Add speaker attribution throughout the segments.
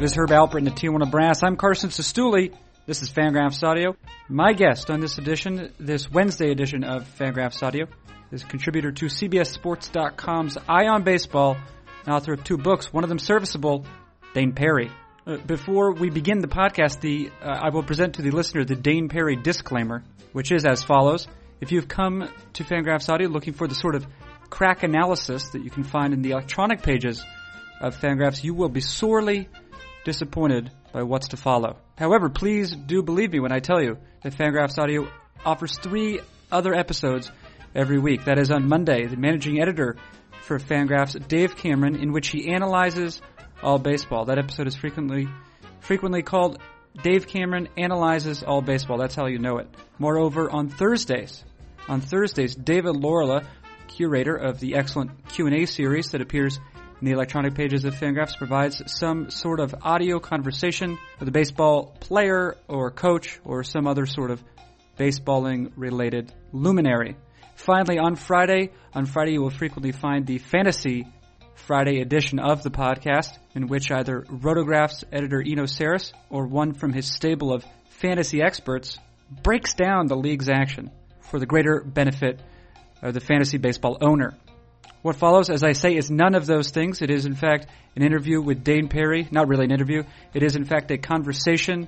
Speaker 1: This is Herb Alpert in the Tijuana Brass. I'm Carson Sestouli. This is Fangraphs Audio. My guest on this edition, this Wednesday edition of Fangraphs Audio, is contributor to CBSSports.com's Eye on Baseball and author of two books, one of them serviceable, Dane Perry. Uh, before we begin the podcast, the, uh, I will present to the listener the Dane Perry disclaimer, which is as follows. If you've come to Fangraphs Audio looking for the sort of crack analysis that you can find in the electronic pages of Fangraphs, you will be sorely disappointed by what's to follow. However, please do believe me when I tell you that Fangraphs Audio offers three other episodes every week. That is on Monday, the managing editor for Fangraphs, Dave Cameron, in which he analyzes all baseball. That episode is frequently frequently called Dave Cameron analyzes all baseball. That's how you know it. Moreover, on Thursdays, on Thursdays, David Lorela, curator of the excellent Q&A series that appears in the electronic pages of Fangraphs, provides some sort of audio conversation with a baseball player or coach or some other sort of baseballing related luminary. Finally, on Friday, on Friday you will frequently find the fantasy Friday edition of the podcast, in which either Rotographs editor Eno Saris or one from his stable of fantasy experts breaks down the league's action for the greater benefit of the fantasy baseball owner. What follows, as I say, is none of those things. It is, in fact, an interview with Dane Perry. Not really an interview. It is, in fact, a conversation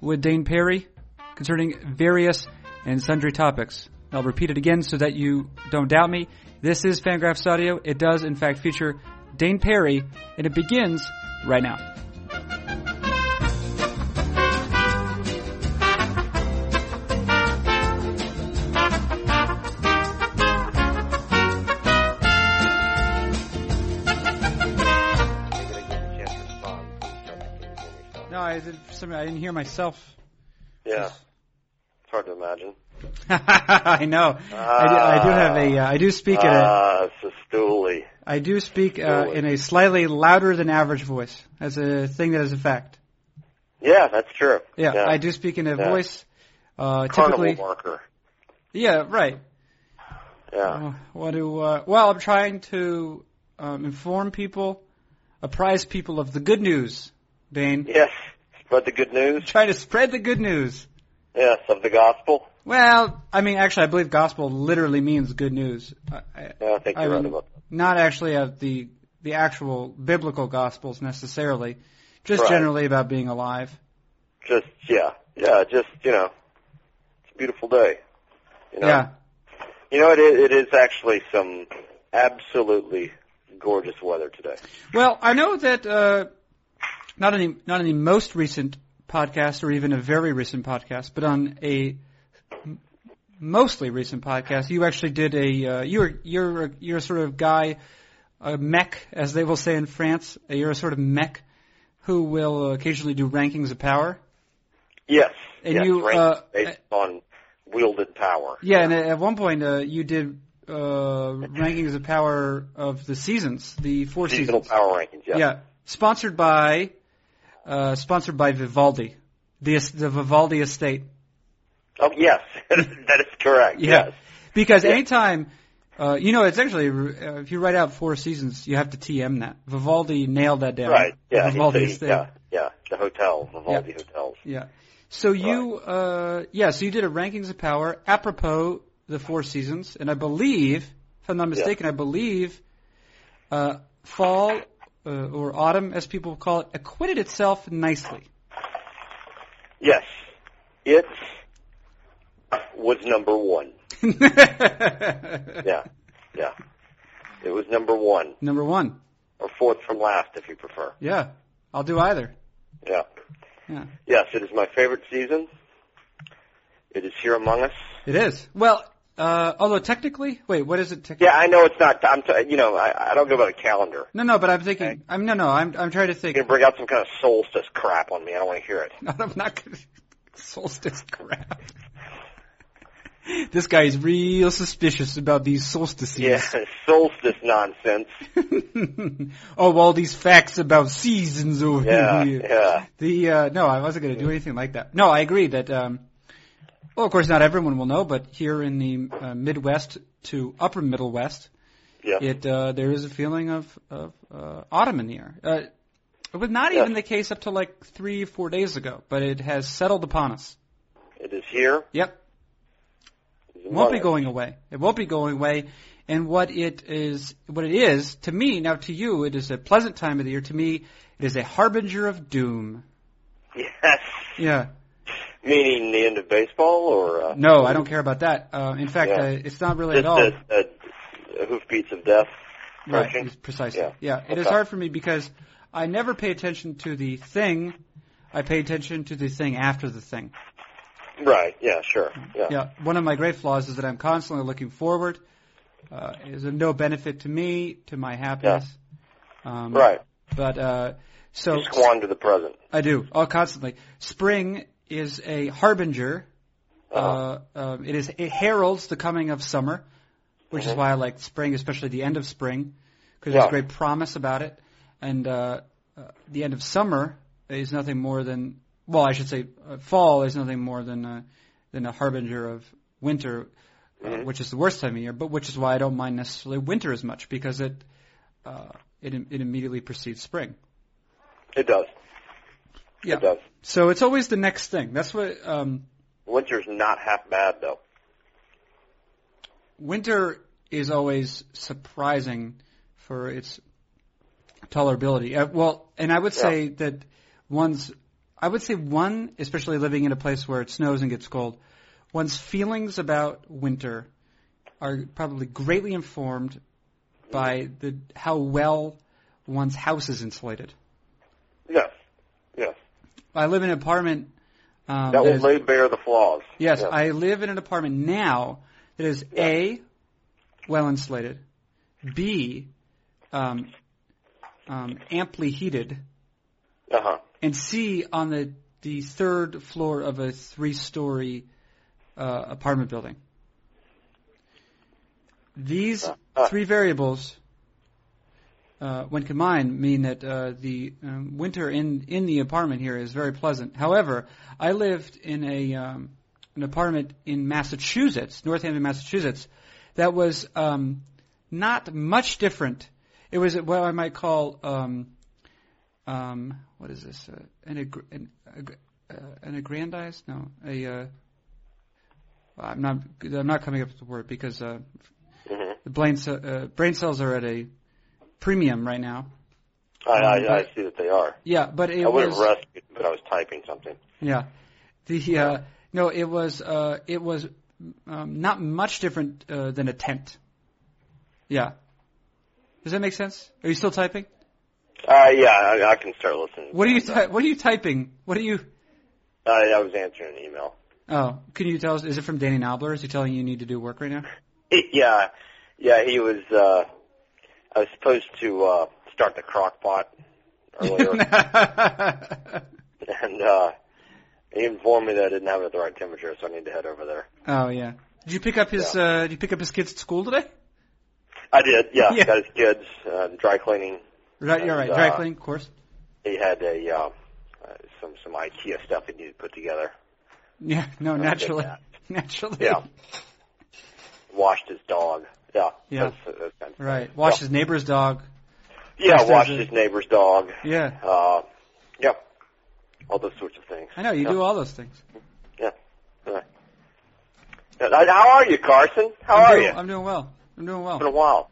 Speaker 1: with Dane Perry concerning various and sundry topics. I'll repeat it again so that you don't doubt me. This is Fangraphs Audio. It does, in fact, feature Dane Perry, and it begins right now.
Speaker 2: I'm gonna give you a chance to respond. Please tell me if you can hear me fine.
Speaker 1: No, I didn't, for some, I didn't hear myself.
Speaker 2: Yeah, it's hard to imagine.
Speaker 1: I know. I, do, I do have a. Uh, I do speak in a.
Speaker 2: Ah, Sestouli.
Speaker 1: I do speak uh, in a slightly louder than average voice. That's a thing that is a fact.
Speaker 2: Yeah, that's true.
Speaker 1: Yeah, I do speak in a
Speaker 2: Yeah.
Speaker 1: voice. Uh,
Speaker 2: Carnival
Speaker 1: typically,
Speaker 2: marker.
Speaker 1: yeah, right.
Speaker 2: Yeah.
Speaker 1: Uh, what do? Uh, well, I'm trying to um, inform people, apprise people of the good news, Dane.
Speaker 2: Yes. Spread the good news.
Speaker 1: Try to spread the good news.
Speaker 2: Yes, of the gospel.
Speaker 1: Well, I mean, actually, I believe gospel literally means good news. I, I,
Speaker 2: Yeah, I think
Speaker 1: I
Speaker 2: you're right
Speaker 1: mean,
Speaker 2: about
Speaker 1: not actually of the the actual biblical gospels necessarily, just
Speaker 2: Right.
Speaker 1: generally about being alive.
Speaker 2: that. Just yeah, yeah. Just you know, it's a beautiful day. You know?
Speaker 1: Yeah,
Speaker 2: You know, it is, it is actually some absolutely gorgeous weather today.
Speaker 1: Well, I know that uh, not any not any most recent podcast or even a very recent podcast, but on a m- mostly recent podcast, you actually did a uh, you're you're a, you're a sort of guy a mech, as they will say in France. uh, You're a sort of mech who will occasionally do rankings of power.
Speaker 2: Yes.
Speaker 1: And
Speaker 2: yes,
Speaker 1: you,
Speaker 2: ranked
Speaker 1: uh,
Speaker 2: based on wielded power.
Speaker 1: Yeah, and at one point uh, you did uh, rankings of power of the seasons, the four
Speaker 2: Seasonal
Speaker 1: seasons.
Speaker 2: power rankings.
Speaker 1: Yeah. Sponsored by, uh, sponsored by Vivaldi, the es- the Vivaldi estate.
Speaker 2: Oh yes, that is correct.
Speaker 1: Yeah.
Speaker 2: Yes.
Speaker 1: Because
Speaker 2: Yeah.
Speaker 1: anytime, uh, you know, it's actually uh, if you write out four seasons, you have to TM that. Vivaldi nailed that down.
Speaker 2: Right. Yeah. he
Speaker 1: Vivaldi
Speaker 2: said he-
Speaker 1: estate.
Speaker 2: yeah. Yeah. The hotel, Vivaldi hotels.
Speaker 1: Yeah. So you, uh, yeah, so you did a rankings of power apropos the four seasons, and I believe, if I'm not mistaken, I believe uh, fall uh, or autumn, as people call it, acquitted itself nicely.
Speaker 2: Yes. It was number one. Yeah. Yeah. It was number one
Speaker 1: Number one.
Speaker 2: or fourth from last, if you prefer.
Speaker 1: Yeah, I'll do either.
Speaker 2: Yeah.
Speaker 1: Yeah.
Speaker 2: Yes, it is my favorite season. It is here among us.
Speaker 1: It is. Well, uh, although technically, wait, what is it? Technically?
Speaker 2: Yeah, I know it's not. I'm. T- you know, I, I don't go by the calendar.
Speaker 1: No, no, but I'm thinking. I'm no, no. I'm I'm trying to think.
Speaker 2: You're gonna bring out some kind of solstice crap on me. I don't want to hear it.
Speaker 1: No, I'm not gonna solstice crap. this guy is real suspicious about these
Speaker 2: Yeah,
Speaker 1: solstices.
Speaker 2: solstice nonsense.
Speaker 1: oh, all these facts about seasons over
Speaker 2: Yeah,
Speaker 1: here.
Speaker 2: yeah.
Speaker 1: The uh, no, I wasn't going to do anything like that. No, I agree that. Um, well, of course, not everyone will know, but here in the uh, Midwest to Upper Middle West,
Speaker 2: Yeah.
Speaker 1: it uh, there is a feeling of of uh, autumn in the air. Uh, It was not
Speaker 2: Yes.
Speaker 1: even the case up to like three, four days ago, but it has settled upon us.
Speaker 2: It is here.
Speaker 1: Yep.
Speaker 2: It is
Speaker 1: won't
Speaker 2: among
Speaker 1: be
Speaker 2: us.
Speaker 1: going away. It won't be going away. And what it is, what it is to me now, to you, it is a pleasant time of the year. To me, it is a harbinger of doom.
Speaker 2: Yes.
Speaker 1: Yeah.
Speaker 2: Meaning the end of baseball, or uh,
Speaker 1: No, I don't care about that. Uh, in fact,
Speaker 2: Yeah.
Speaker 1: uh, it's not really at
Speaker 2: Just
Speaker 1: all.
Speaker 2: the, uh, hoofbeats of death.
Speaker 1: Right,
Speaker 2: Correction?
Speaker 1: it's precisely. Yeah,
Speaker 2: Yeah.
Speaker 1: it is
Speaker 2: Okay.
Speaker 1: hard for me because I never pay attention to the thing. I pay attention to the thing after the thing.
Speaker 2: Right. Yeah. Sure. Yeah.
Speaker 1: Yeah, one of my great flaws is that I'm constantly looking forward. Uh, it is of no benefit to me, to my happiness. Um,
Speaker 2: Right.
Speaker 1: But uh, so
Speaker 2: You squander the present.
Speaker 1: I do, oh, constantly. Spring is a harbinger. Uh, um, it is it heralds the coming of summer, which is
Speaker 2: Mhm.
Speaker 1: why I like spring, especially the end of spring, because
Speaker 2: Yeah.
Speaker 1: there's great promise about it. And uh, uh, the end of summer is nothing more than well, I should say, uh, fall is nothing more than a, than a harbinger of winter, uh,
Speaker 2: Mhm.
Speaker 1: which is the worst time of year. But which is why I don't mind necessarily winter as much because it uh, it it immediately precedes spring.
Speaker 2: It does.
Speaker 1: Yeah.
Speaker 2: It does.
Speaker 1: So it's always the next thing. That's what um,
Speaker 2: Winter's not half bad though.
Speaker 1: winter is always surprising for its tolerability. Uh, well, and I would say that one's, I would say one, especially living in a place where it snows and gets cold, one's feelings about winter are probably greatly informed by the how well one's house is insulated.
Speaker 2: Yes. Yes.
Speaker 1: I live in an apartment um,
Speaker 2: That
Speaker 1: that
Speaker 2: will
Speaker 1: is-
Speaker 2: lay bare the flaws.
Speaker 1: Yes,
Speaker 2: Yeah.
Speaker 1: I live in an apartment now that is
Speaker 2: Yeah.
Speaker 1: a well insulated, b um, um, amply heated,
Speaker 2: Uh huh.
Speaker 1: and c on the the third floor of a three story uh, apartment building. These
Speaker 2: Uh,
Speaker 1: three variables, uh, when combined, mean that uh, the um, winter in in the apartment here is very pleasant. However, I lived in a um, an apartment in Massachusetts, Northampton, Massachusetts, that was um, not much different. It was what I might call um, um, what is this? Uh, an aggr- an, aggr- uh, an aggrandized? No, a uh, I'm not I'm not coming up with the word because. Uh,
Speaker 2: hmm
Speaker 1: the brain, ce- uh, brain cells are at a premium right now.
Speaker 2: I, I, I see that they are.
Speaker 1: Yeah, but Um, it
Speaker 2: I would have
Speaker 1: was
Speaker 2: rescued, but I was typing something.
Speaker 1: yeah, the uh, no, it was uh, it was um, not much different uh, than a tent. Yeah, does that make sense? Are you still typing?
Speaker 2: Uh, yeah, I, I can start listening.
Speaker 1: What are you ty- what are you typing? What are you?
Speaker 2: I, I was answering an email.
Speaker 1: Oh, can you tell us? Is it from Danny Nobler? Is he telling you you need to do work right now?
Speaker 2: yeah, yeah, he was. Uh, I was supposed to uh, start the crock pot earlier, and uh, he informed me that I didn't have it at the right temperature, so I need to head over there.
Speaker 1: oh yeah. Did you pick up his? Uh, did you pick up his kids at school today?
Speaker 2: I did. Yeah,
Speaker 1: Yeah.
Speaker 2: got his kids uh, dry cleaning.
Speaker 1: Right, you're right.
Speaker 2: Uh,
Speaker 1: Dry cleaning, of course.
Speaker 2: He had a uh, uh, some some IKEA stuff he needed to put together.
Speaker 1: Yeah, no,
Speaker 2: did
Speaker 1: Oh, naturally,
Speaker 2: that.
Speaker 1: naturally.
Speaker 2: Yeah. Washed his dog. Yeah.
Speaker 1: Yeah.
Speaker 2: That's, uh, that's kind of-
Speaker 1: Right. Watch his neighbor's dog.
Speaker 2: Yeah,
Speaker 1: Washed
Speaker 2: washed
Speaker 1: his-
Speaker 2: his neighbor's dog.
Speaker 1: Yeah.
Speaker 2: Uh, yeah. All those sorts of things.
Speaker 1: I know, you
Speaker 2: yeah.
Speaker 1: do all those things.
Speaker 2: Uh, How are you, Carson? How
Speaker 1: I'm
Speaker 2: are
Speaker 1: doing,
Speaker 2: you?
Speaker 1: I'm doing well. I'm doing
Speaker 2: It's been a
Speaker 1: well.
Speaker 2: while.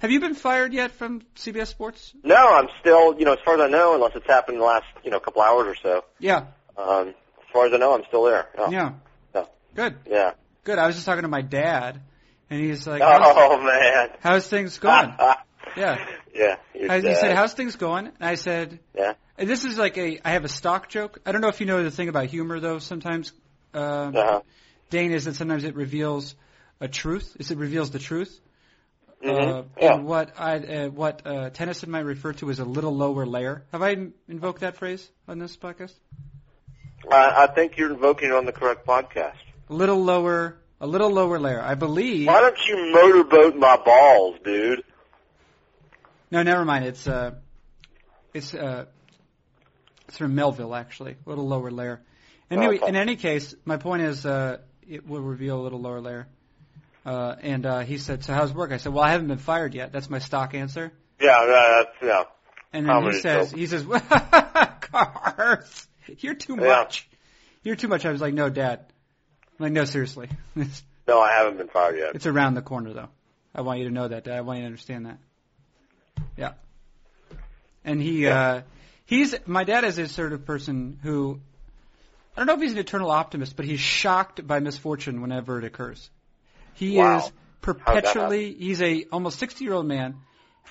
Speaker 1: Have you been fired yet from CBS Sports?
Speaker 2: No, I'm still, you know, as far as I know, unless it's happened in the last, you know, couple hours or so.
Speaker 1: Yeah.
Speaker 2: Um, as far as I know, I'm still there. Oh. Yeah.
Speaker 1: Yeah.
Speaker 2: No.
Speaker 1: Good.
Speaker 2: Yeah.
Speaker 1: Good. I was just talking to my dad, and he's like, how's,
Speaker 2: Oh Ah. man.
Speaker 1: how's things going? Yeah.
Speaker 2: Yeah. Your
Speaker 1: How- He
Speaker 2: dad.
Speaker 1: said, how's things going? And I said,
Speaker 2: uh, Yeah.
Speaker 1: and this is like a, I have a stock joke. I don't know if you know the thing about humor, though, sometimes, um,
Speaker 2: Uh-huh.
Speaker 1: Dane, is that sometimes it reveals a truth. Is it reveals the truth?
Speaker 2: Mhm.
Speaker 1: uh,
Speaker 2: yeah.
Speaker 1: and what I uh, what uh, Tennyson might refer to as a little lower layer. Have I m- invoked that phrase on this podcast?
Speaker 2: I, I think you're invoking it on the correct podcast.
Speaker 1: A little lower, a little lower layer. I believe.
Speaker 2: Why don't you motorboat my balls, dude?
Speaker 1: No, never mind. It's uh, it's uh, it's from Melville actually. A little lower layer. Anyway,
Speaker 2: Okay.
Speaker 1: in any case, my point is uh, it will reveal a little lower layer. Uh, and uh, he said, "So how's work?" I said, "Well, I haven't been fired yet. That's my stock answer."
Speaker 2: Yeah, yeah, that's yeah.
Speaker 1: And then he
Speaker 2: Comedy
Speaker 1: says,
Speaker 2: soap.
Speaker 1: he says, cars, you're too
Speaker 2: Yeah.
Speaker 1: much. You're too much. I was like, no, Dad. I'm like, no, seriously. It's,
Speaker 2: No, I haven't been fired yet.
Speaker 1: it's around the corner, though. I want you to know that, Dad. I want you to understand that. Yeah. And he,
Speaker 2: Yeah.
Speaker 1: uh, he's, my dad is a sort of person who, I don't know if he's an eternal optimist, but he's shocked by misfortune whenever it occurs. He
Speaker 2: Wow.
Speaker 1: is
Speaker 2: happen?
Speaker 1: perpetually, he's a almost 60 year old man,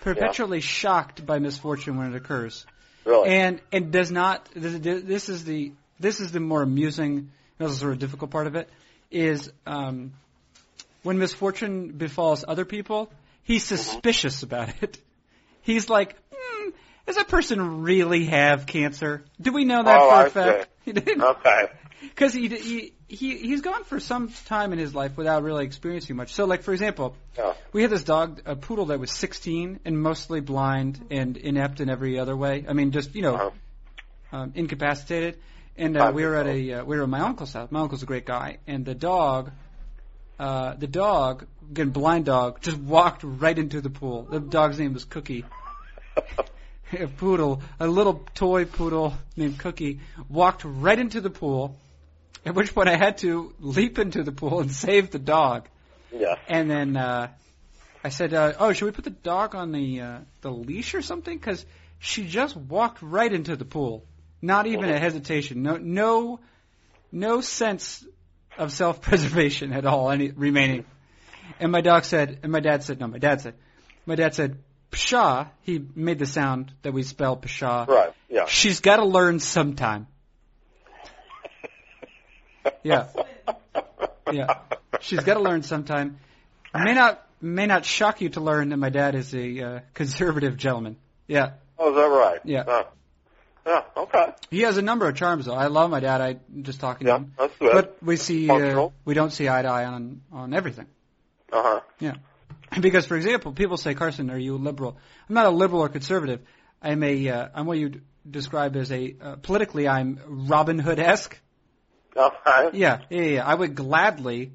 Speaker 1: perpetually shocked by misfortune when it occurs
Speaker 2: Really?
Speaker 1: and and does not. This, this is the this is the more amusing, this is sort of difficult part of it, is um, when misfortune befalls other people, he's
Speaker 2: Mm-hmm.
Speaker 1: suspicious about it. He's like, hmm, does that person really have cancer? Do we know that
Speaker 2: Oh, I
Speaker 1: for a fact? He didn't
Speaker 2: okay.
Speaker 1: because he, he he he's gone for some time in his life without really experiencing much. So, like for example,
Speaker 2: Yeah.
Speaker 1: we had this dog, a poodle that was 16 and mostly blind and inept in every other way. I mean, just you know,
Speaker 2: Uh-huh.
Speaker 1: um, incapacitated. And uh,
Speaker 2: Five
Speaker 1: we were
Speaker 2: years
Speaker 1: at a uh, we were at my uncle's house. My uncle's a great guy, and the dog, uh, the dog, again blind dog, just walked right into the pool. The dog's name was Cookie a poodle, a little toy poodle named Cookie, walked right into the pool. At which point, I had to leap into the pool and save the dog.
Speaker 2: yeah.
Speaker 1: And then uh, I said, uh, "Oh, should we put the dog on the uh, the leash or something? Because she just walked right into the pool, not even a hesitation, no no no sense of self preservation at all, any remaining." And my dog said, and my dad said, no, my dad said, my dad said, pshaw. He made the sound that we spell pshaw.
Speaker 2: Right. Yeah.
Speaker 1: She's got to learn sometime. Yeah. Yeah. She's got to learn sometime. May not may not shock you to learn that my dad is a uh, conservative gentleman. Yeah,
Speaker 2: Oh, is that right?
Speaker 1: Yeah.
Speaker 2: Huh. Yeah. Okay.
Speaker 1: he has a number of charms though. I love my dad. I just talking
Speaker 2: Yeah.
Speaker 1: to him,
Speaker 2: That's good.
Speaker 1: Mm-hmm. but we see uh,
Speaker 2: Functional.
Speaker 1: we don't see eye to eye on on everything.
Speaker 2: uh huh.
Speaker 1: Yeah, because for example, people say Carson, are you a liberal? I'm not a liberal or conservative. I'm a uh, I'm what you describe as a uh, politically I'm Robin Hood esque.
Speaker 2: All right.
Speaker 1: Yeah, yeah, yeah. I would gladly,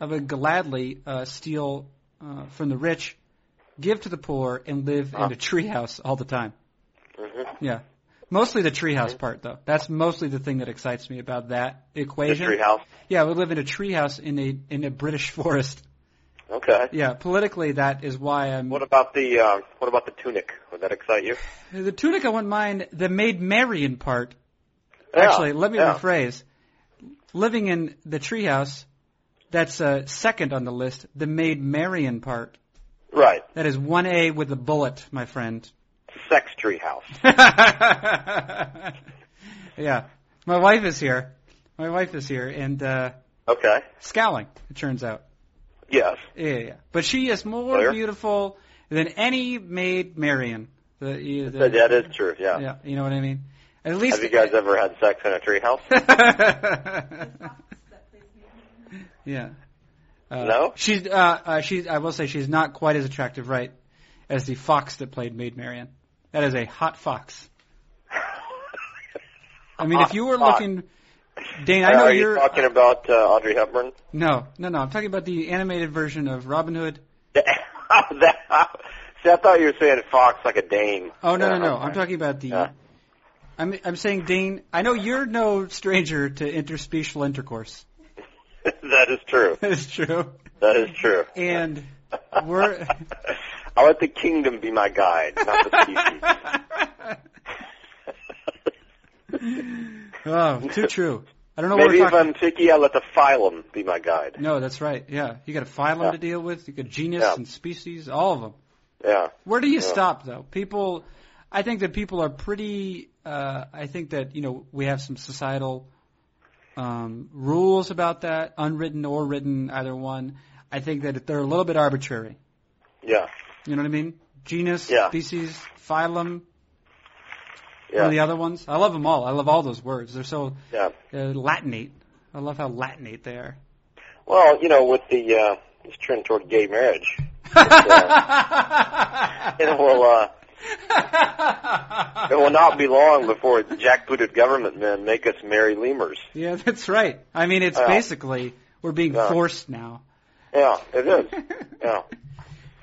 Speaker 1: I would gladly uh, steal uh, from the rich, give to the poor, and live
Speaker 2: Ah.
Speaker 1: in a treehouse all the time.
Speaker 2: Mhm.
Speaker 1: Yeah, mostly the treehouse part though. That's mostly the thing that excites me about that equation.
Speaker 2: Mystery house.
Speaker 1: Yeah, I would live in a treehouse in a in a British forest.
Speaker 2: Okay.
Speaker 1: Yeah, politically that is why I'm.
Speaker 2: What about the um, what about the tunic? Would that excite you?
Speaker 1: The tunic I wouldn't mind. The Maid Marian part.
Speaker 2: Yeah,
Speaker 1: Actually, let me
Speaker 2: yeah.
Speaker 1: rephrase. Living in the treehouse. That's uh, second on the list. The Maid Marian part.
Speaker 2: Right.
Speaker 1: That is one A with a bullet, my friend.
Speaker 2: Sex tree house.
Speaker 1: yeah, my wife is here. My wife is here and uh,
Speaker 2: Okay.
Speaker 1: scowling. It turns out.
Speaker 2: Yes.
Speaker 1: Yeah, yeah, yeah. But she is more
Speaker 2: Clear.
Speaker 1: beautiful than any maid Marion. The, you- the-
Speaker 2: That- that is true. Yeah.
Speaker 1: yeah, you know what I mean. At least
Speaker 2: Have you guys ever had sex in a tree house?
Speaker 1: yeah. Uh,
Speaker 2: No?
Speaker 1: She's uh, uh she's I will say she's not quite as attractive, right, as the fox that played Maid Marian. That is a hot fox. I mean, if
Speaker 2: Hot
Speaker 1: you were
Speaker 2: fox.
Speaker 1: looking, Dane, I know
Speaker 2: Are you
Speaker 1: you're
Speaker 2: talking about uh, Audrey Hepburn?
Speaker 1: no, no, no. I'm talking about the animated version of Robin Hood.
Speaker 2: That- See, I thought you were saying fox like a dame.
Speaker 1: Oh no,
Speaker 2: Yeah,
Speaker 1: no, no.
Speaker 2: okay.
Speaker 1: I'm talking about the.
Speaker 2: Yeah.
Speaker 1: I'm I'm saying, Dane, I know you're no stranger to interspecial intercourse.
Speaker 2: that is true.
Speaker 1: That is true.
Speaker 2: That is true.
Speaker 1: And we're.
Speaker 2: I'll let the kingdom be my guide, not the species.
Speaker 1: Oh, too true. I don't know what
Speaker 2: Maybe
Speaker 1: we're
Speaker 2: if
Speaker 1: talking.
Speaker 2: I'm picky, I'll let the phylum be my guide.
Speaker 1: No, that's right. Yeah, you got a phylum
Speaker 2: Yeah.
Speaker 1: to deal with. You got genus
Speaker 2: Yeah.
Speaker 1: and species, all of them.
Speaker 2: Yeah.
Speaker 1: Where do you
Speaker 2: Yeah.
Speaker 1: stop though? People, I think that people are pretty. Uh, I think that you know we have some societal um, rules about that, unwritten or written, either one. I think that they're a little bit arbitrary.
Speaker 2: Yeah.
Speaker 1: You know what I mean? Genus,
Speaker 2: Yeah.
Speaker 1: species, phylum,
Speaker 2: Yeah.
Speaker 1: or the other ones. I love them all. I love all those words. They're so
Speaker 2: Yeah.
Speaker 1: uh, Latinate. I love how Latinate they are.
Speaker 2: Well, you know, with the uh, this trend toward gay marriage, it will uh, it will not be long before jackbooted government men make us marry lemurs.
Speaker 1: yeah, that's right. I mean, it's
Speaker 2: Yeah.
Speaker 1: basically we're being
Speaker 2: Yeah.
Speaker 1: forced now.
Speaker 2: Yeah, it is. Yeah.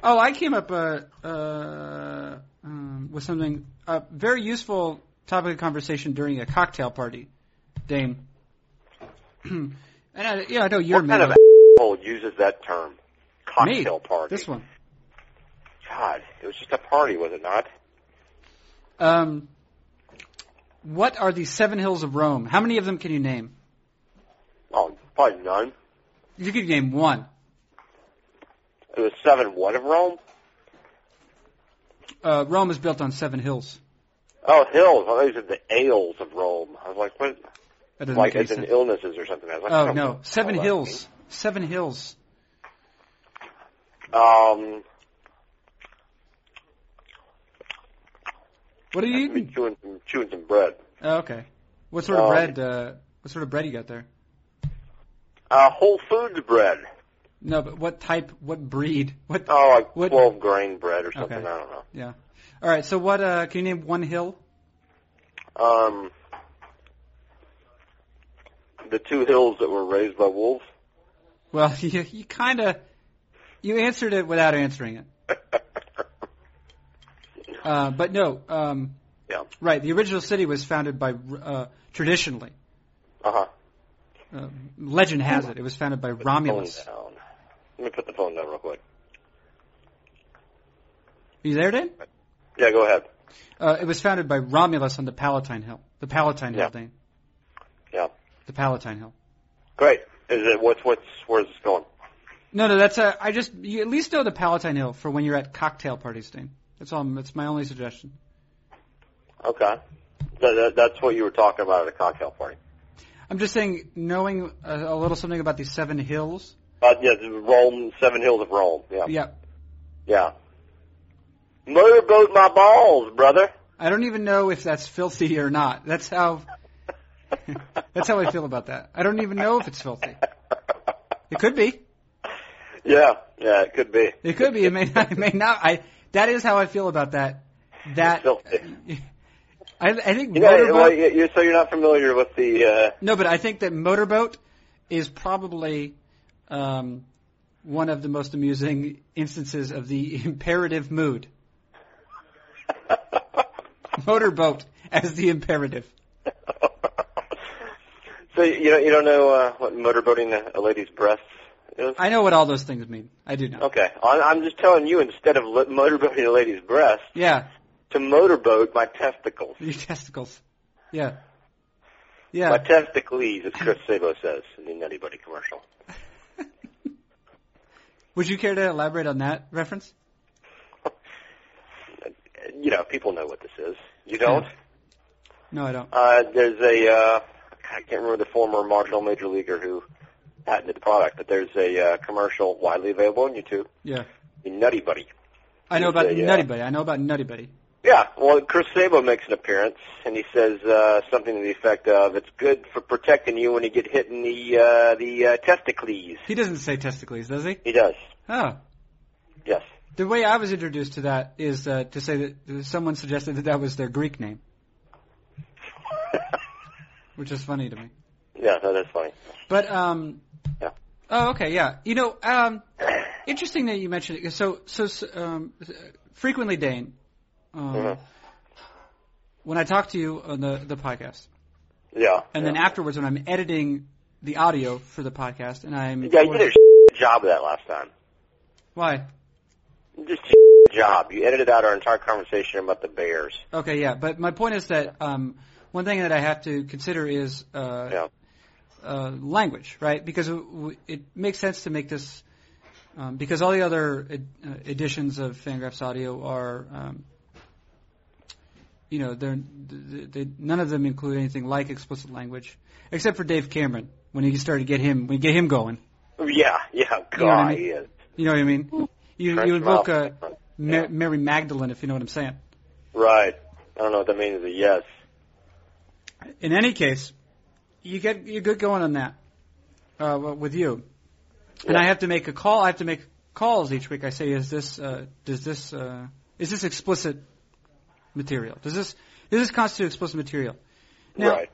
Speaker 1: Oh, I came up. Uh, uh, um, with something a very useful topic of conversation during a cocktail party, Dame. and I, yeah, I know you're
Speaker 2: what
Speaker 1: made
Speaker 2: kind of
Speaker 1: up
Speaker 2: asshole uses that term?
Speaker 1: me.
Speaker 2: Cocktail party.
Speaker 1: This one.
Speaker 2: God, it was just a party, was it not?
Speaker 1: Um, what are the seven hills of Rome? How many of them can you name?
Speaker 2: Oh, probably none.
Speaker 1: You could name one.
Speaker 2: It was seven what of Rome?
Speaker 1: Uh, Rome is built on seven hills.
Speaker 2: Oh, hills. I those are the ales of Rome. I was like, what?
Speaker 1: That doesn't
Speaker 2: Like
Speaker 1: make any
Speaker 2: as in
Speaker 1: sense.
Speaker 2: illnesses or something. I was like,
Speaker 1: Oh
Speaker 2: "What the
Speaker 1: no, seven
Speaker 2: hell does
Speaker 1: hills. Seven hills.
Speaker 2: that mean?" Um,
Speaker 1: What are you
Speaker 2: I've
Speaker 1: eating?
Speaker 2: been chewing some, chewing some bread.
Speaker 1: Oh, okay. What sort of
Speaker 2: Um,
Speaker 1: bread? Uh, what sort of bread you got there?
Speaker 2: Uh, Whole Foods bread.
Speaker 1: No, but what type? What breed? What?
Speaker 2: Oh, like
Speaker 1: What-
Speaker 2: twelve grain bread or something.
Speaker 1: Okay.
Speaker 2: I don't know.
Speaker 1: All right. So what? Uh, can you name one hill?
Speaker 2: Um, the two hills that were raised by wolves.
Speaker 1: Well, you, you kind of you answered it without answering it. Uh, but no. Um,
Speaker 2: Yeah.
Speaker 1: Right. The original city was founded by uh, traditionally.
Speaker 2: Uh huh.
Speaker 1: Uh, legend has it it was founded by Romulus.
Speaker 2: Down. Let me put the phone down real quick.
Speaker 1: Are you there, Dan?
Speaker 2: Yeah, go ahead.
Speaker 1: Uh, it was founded by Romulus on the Palatine Hill. The Palatine Hill,
Speaker 2: Yeah.
Speaker 1: Dane.
Speaker 2: Yeah.
Speaker 1: The Palatine Hill.
Speaker 2: Great. Is it what's what's where's this going?
Speaker 1: No, no, that's a. I just you at least know the Palatine Hill for when you're at cocktail parties, Dane. That's all. That's my only suggestion.
Speaker 2: Okay. That, that, that's what you were talking about at a cocktail party.
Speaker 1: I'm just saying, knowing a, a little something about these seven hills.
Speaker 2: Uh, yeah, the Rome, Seven Hills of Rome. Yeah.
Speaker 1: Yeah,
Speaker 2: Yeah. Motorboat my balls, brother.
Speaker 1: I don't even know if that's filthy or not. That's how. that's how I feel about that. I don't even know if it's filthy. It could be.
Speaker 2: Yeah, yeah, it could be.
Speaker 1: It could be. It may. It may not. I. That is how I feel about that. That.
Speaker 2: Filthy.
Speaker 1: I, I think
Speaker 2: You know,
Speaker 1: motorboat.
Speaker 2: well, you, you, so you're not familiar with the. Uh,
Speaker 1: No, but I think that motorboat is probably um, one of the most amusing instances of the imperative mood. Motorboat as the imperative.
Speaker 2: uh, so you know, you don't know uh, what motorboating a, a lady's breasts is.
Speaker 1: I know what all those things mean. I do know.
Speaker 2: Okay, I, I'm just telling you. Instead of li- motorboating a lady's breast,
Speaker 1: Yeah,
Speaker 2: to motorboat my testicles,
Speaker 1: your testicles. Yeah,
Speaker 2: my
Speaker 1: yeah.
Speaker 2: testicles, as Chris Sabo says in the Nutty Buddy commercial.
Speaker 1: Would you care to elaborate on that reference?
Speaker 2: You know, people know what this is. You don't.
Speaker 1: No, I don't.
Speaker 2: Uh, there's a uh, I can't remember the former marginal major leaguer who patented the product, but there's a uh, commercial widely available on YouTube.
Speaker 1: Yeah.
Speaker 2: The Nutty Buddy.
Speaker 1: I know about
Speaker 2: Yeah.
Speaker 1: Nutty Buddy. I know about Nutty Buddy.
Speaker 2: Yeah, well, Chris Sabo makes an appearance, and he says uh, something to the effect of, "It's good for protecting you when you get hit in the uh, the uh, testicles."
Speaker 1: He doesn't say testicles, does he?
Speaker 2: He does.
Speaker 1: Oh.
Speaker 2: Yes.
Speaker 1: The way I was introduced to that is uh, to say that that someone suggested that that was their Greek name, which is funny to me.
Speaker 2: yeah, no, that's funny.
Speaker 1: But um,
Speaker 2: Yeah.
Speaker 1: oh, okay, yeah. You know, um, interesting that you mentioned it. So, so so, um, frequently, Dane, um,
Speaker 2: Mhm.
Speaker 1: when I talk to you on the the podcast,
Speaker 2: Yeah.
Speaker 1: and
Speaker 2: yeah.
Speaker 1: then afterwards when I'm editing the audio for the podcast, and I'm
Speaker 2: yeah, you did a shit job of that last time.
Speaker 1: why?
Speaker 2: Just a shit job. You edited out our entire conversation about the Bears.
Speaker 1: Okay, yeah, but my point is that um, one thing that I have to consider is uh,
Speaker 2: Yeah.
Speaker 1: uh, language, right? Because w- w- it makes sense to make this um, because all the other ed- uh, editions of Fangraphs Audio are, um, you know, they're they, they, none of them include anything like explicit language, except for Dave Cameron when he started to get him when you get him going.
Speaker 2: Yeah, yeah. God,
Speaker 1: know what I mean?
Speaker 2: he is.
Speaker 1: You know what I mean? You
Speaker 2: French
Speaker 1: you invoke
Speaker 2: mouth.
Speaker 1: a Ma-
Speaker 2: Mm-hmm. Yeah.
Speaker 1: Mary Magdalene if you know what I'm saying.
Speaker 2: Right. I don't know what that means. A yes.
Speaker 1: in any case, you get you're good going on that uh, w- with you. And
Speaker 2: Yeah.
Speaker 1: I have to make a call. I have to make calls each week. I say, is this uh, does this uh, is this explicit material? Does this does this constitute explicit material? Now,
Speaker 2: right.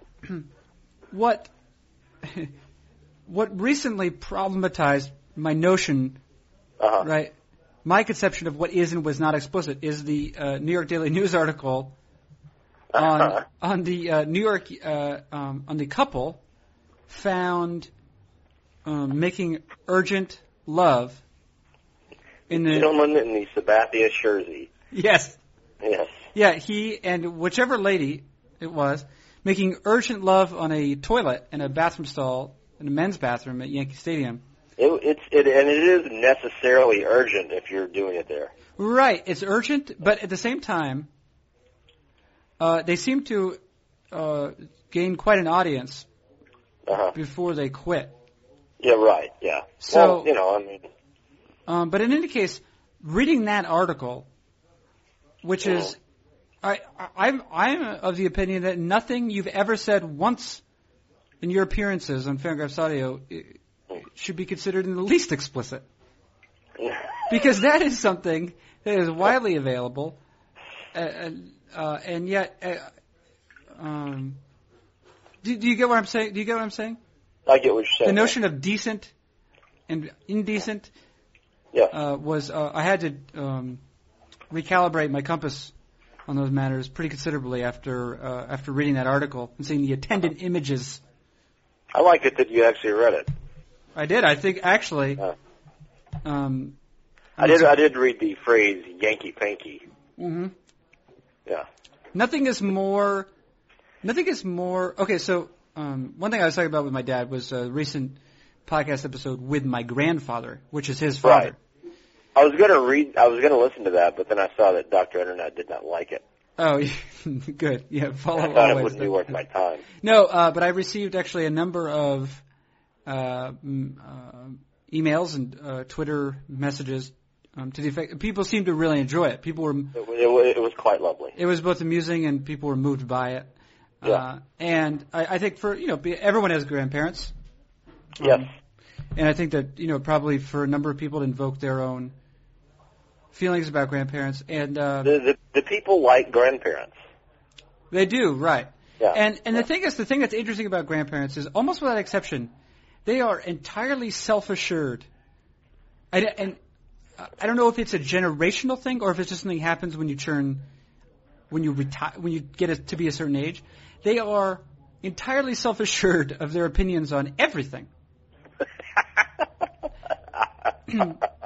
Speaker 1: what what recently problematized my notion
Speaker 2: Uh huh.
Speaker 1: right my conception of what is and was not explicit is the uh, New York Daily News article
Speaker 2: Uh-huh.
Speaker 1: on on the uh, New York uh, um, on the couple found um, making urgent love in the
Speaker 2: Gentleman in the Sabathia jersey.
Speaker 1: yes
Speaker 2: Yes.
Speaker 1: Yeah, he and whichever lady it was making urgent love on a toilet in a bathroom stall in a men's bathroom at Yankee Stadium.
Speaker 2: It, it's it and it is necessarily urgent if you're doing it there.
Speaker 1: Right, it's urgent, but at the same time, uh, they seem to uh, gain quite an audience
Speaker 2: Uh-huh.
Speaker 1: before they quit.
Speaker 2: Yeah, right. Yeah.
Speaker 1: So-
Speaker 2: well, you know, I mean,
Speaker 1: Um, but in any case, reading that article, which is, I, I- I'm, I'm of the opinion that nothing you've ever said once in your appearances on Fangraphs Audio i- should be considered in the least explicit, because that is something that is widely available, uh, and, uh, and yet, uh, um, do, do you get what I'm saying? Do you get what I'm saying?
Speaker 2: I get what you're saying.
Speaker 1: the notion of decent and indecent
Speaker 2: Yeah.
Speaker 1: uh, was uh, I had to um, recalibrate my compass on those matters pretty considerably after uh, after reading that article and seeing the attendant
Speaker 2: Uh-huh.
Speaker 1: images.
Speaker 2: I like it that you actually read it.
Speaker 1: I did. I think actually.
Speaker 2: Uh.
Speaker 1: Um,
Speaker 2: I did. I did read the phrase "Yankee Panky."
Speaker 1: Mhm.
Speaker 2: Yeah.
Speaker 1: Nothing is more. Nothing is more. Okay, so um, one thing I was talking about with my dad was a recent podcast episode with my grandfather, which is his father.
Speaker 2: Right. I was gonna read. I was gonna listen to that, but then I saw that Doctor Internet did not like it.
Speaker 1: Oh, good. Yeah, follow.
Speaker 2: I thought it
Speaker 1: Oh, always
Speaker 2: wouldn't be
Speaker 1: the-
Speaker 2: worth my time.
Speaker 1: No, uh, but I received actually a number of uh, mm, uh, emails and uh, Twitter messages um, to the effect. People seemed to really enjoy it. People were.
Speaker 2: It, wa- it, wa- it was quite lovely.
Speaker 1: It was both amusing and people were moved by it. Uh,
Speaker 2: Yeah.
Speaker 1: and I, I think for you know be- everyone has grandparents,
Speaker 2: Yes.
Speaker 1: and I think that you know probably for a number of people it invoked their own feelings about grandparents, and uh,
Speaker 2: The, the the people like grandparents.
Speaker 1: they do right.
Speaker 2: Yeah.
Speaker 1: And and
Speaker 2: yeah.
Speaker 1: the thing is, the thing that's interesting about grandparents is almost without exception, they are entirely self-assured. I, d- and I- I don't know if it's a generational thing or if it's just something happens when you turn, when you retire, when you get a, to be a certain age. They are entirely self-assured of their opinions on everything.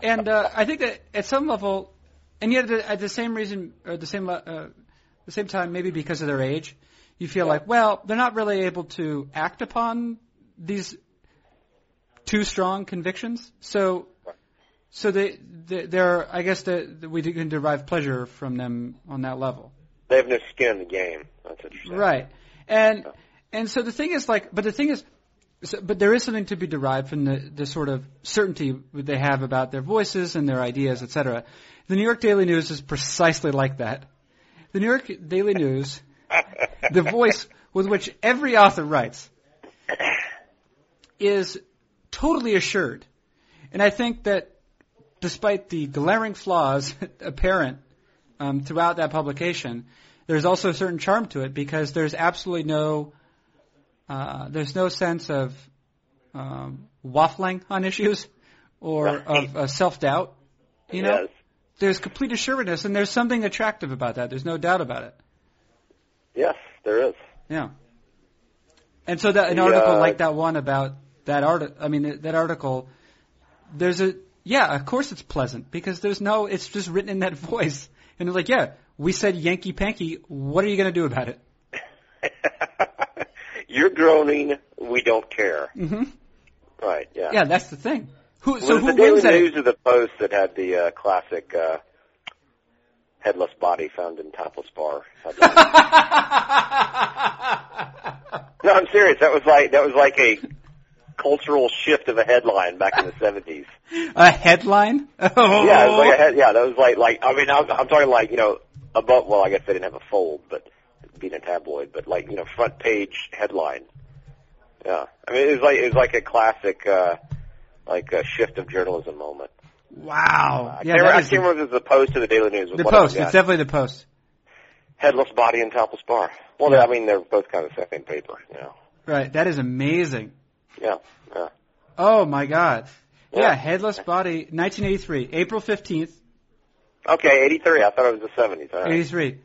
Speaker 1: and uh, I think that at some level, and yet at the, at the same reason, or the same, le- uh, the same time, maybe because of their age, you feel like, well, they're not really able to act upon these too strong convictions. So, so they, they they're, I guess that that we can derive pleasure from them on that level,
Speaker 2: They have no skin in the game. That's what you're saying.
Speaker 1: right? And and so the thing is like, but the thing is. So, but there is something to be derived from the, the sort of certainty they have about their voices and their ideas, etc. The New York Daily News is precisely like that. The New York Daily News the voice with which every author writes is totally assured. And I think that despite the glaring flaws apparent um, throughout that publication, there's also a certain charm to it because there's absolutely no uh, there's no sense of um, waffling on issues or
Speaker 2: Right.
Speaker 1: of uh, self doubt. You know,
Speaker 2: Yes.
Speaker 1: there's complete assuredness, and there's something attractive about that. There's no doubt about it.
Speaker 2: Yes, there is.
Speaker 1: Yeah. And so that an
Speaker 2: The,
Speaker 1: article
Speaker 2: uh,
Speaker 1: like that one about that art, I mean that article, there's a yeah, of course it's pleasant because there's no, it's just written in that voice, and it's like yeah, we said Yankee Panky, what are you gonna do about it?
Speaker 2: You're groaning. We don't care.
Speaker 1: hmm
Speaker 2: Right. Yeah.
Speaker 1: Yeah, that's the thing. Who so
Speaker 2: was
Speaker 1: who
Speaker 2: the Daily
Speaker 1: wins that?
Speaker 2: News or the Post that had the uh, classic uh, headless body found in topless bar? headline? no, I'm serious. That was like that was like a cultural shift of a headline back in the 70s.
Speaker 1: a headline? Oh.
Speaker 2: Yeah, it was like a head, yeah, that was like like I mean I'm, I'm talking like you know above. Well, I guess they didn't have a fold, but being a tabloid, but like you know front page headline. Yeah, I mean it was like it was like a classic uh, like a shift of journalism moment.
Speaker 1: wow.
Speaker 2: I
Speaker 1: Yeah,
Speaker 2: can't,
Speaker 1: that
Speaker 2: re- Uh, I
Speaker 1: is
Speaker 2: can't remember if it was the Post or the Daily News. It was
Speaker 1: the
Speaker 2: one of
Speaker 1: post.
Speaker 2: them,
Speaker 1: It's
Speaker 2: yeah.
Speaker 1: definitely the post.
Speaker 2: Headless body and topless bar. Well, they- I mean, they're both kind of the same paper, you know.
Speaker 1: Right. That is amazing.
Speaker 2: Yeah, yeah.
Speaker 1: Oh my God. Yeah,
Speaker 2: Yeah.
Speaker 1: Headless Body, 1983, April 15th,
Speaker 2: Okay, 83. I thought it was the 70s. All right.
Speaker 1: 83.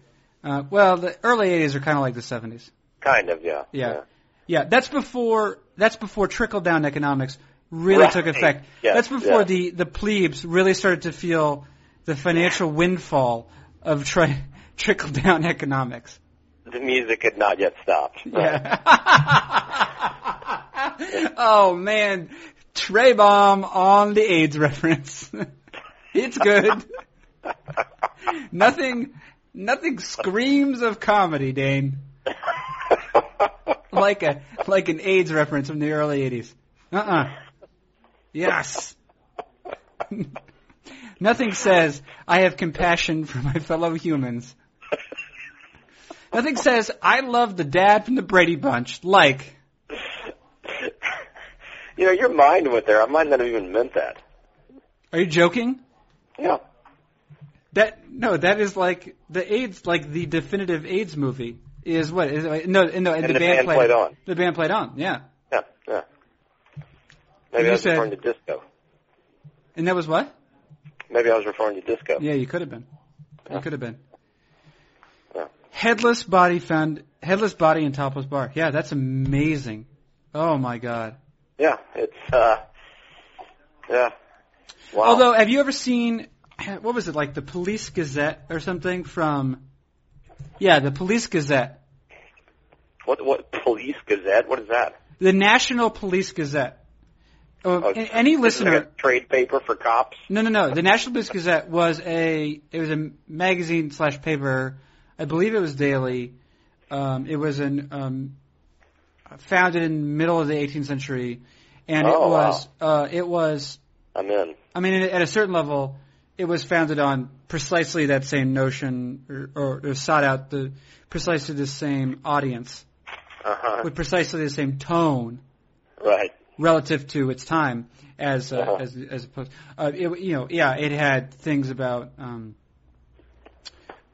Speaker 1: Uh, well, the early 80s are kind of like the 70s.
Speaker 2: Kind of, yeah.
Speaker 1: Yeah. Yeah, that's before that's before trickle down economics really
Speaker 2: Right.
Speaker 1: took effect.
Speaker 2: Yeah,
Speaker 1: that's before
Speaker 2: yeah.
Speaker 1: the the plebes really started to feel the financial windfall of tri- trickle down economics.
Speaker 2: The music had not yet stopped. Right.
Speaker 1: Yeah. oh man, Trey bomb on the AIDS reference. it's good. nothing nothing screams of comedy, Dane, like a like an AIDS reference from the early 80s. Uh-uh. Yes. Nothing says I have compassion for my fellow humans. Nothing says I love the dad from the Brady Bunch like
Speaker 2: you know, your mind went there. I might not have even meant that.
Speaker 1: Are you joking?
Speaker 2: Yeah.
Speaker 1: That no, that is like the AIDS, like the definitive AIDS movie is what is it, no, no, and, the, band, played,
Speaker 2: on.
Speaker 1: The band played on, yeah,
Speaker 2: Yeah. Yeah.
Speaker 1: You
Speaker 2: Maybe I was
Speaker 1: said-
Speaker 2: referring to disco.
Speaker 1: and that was what?
Speaker 2: Maybe I was referring to disco.
Speaker 1: Yeah, you could have been, you could have been.
Speaker 2: Yeah.
Speaker 1: Headless body found, headless body and topless bar. Yeah, that's amazing. Oh my god.
Speaker 2: Yeah, it's uh yeah. Wow.
Speaker 1: Although, have you ever seen what was it like the Police Gazette or something from? Yeah, the Police Gazette,
Speaker 2: what what police gazette? What is that?
Speaker 1: the National Police Gazette. Oh,
Speaker 2: Oh,
Speaker 1: a- any
Speaker 2: is it
Speaker 1: listener,
Speaker 2: like a trade paper for cops.
Speaker 1: No, no, no. The National Police Gazette was a it was a magazine slash paper. I believe it was daily. Um, it was an um, founded in the middle of the 18th century, and it
Speaker 2: Oh, wow.
Speaker 1: was uh, it was.
Speaker 2: I'm in.
Speaker 1: I mean, at a certain level, it was founded on precisely that same notion, or, or, or sought out the precisely the same audience
Speaker 2: Uh huh.
Speaker 1: with precisely the same tone
Speaker 2: Right.
Speaker 1: relative to its time as uh,
Speaker 2: Uh-huh.
Speaker 1: as as opposed uh, it, you know yeah it had things about um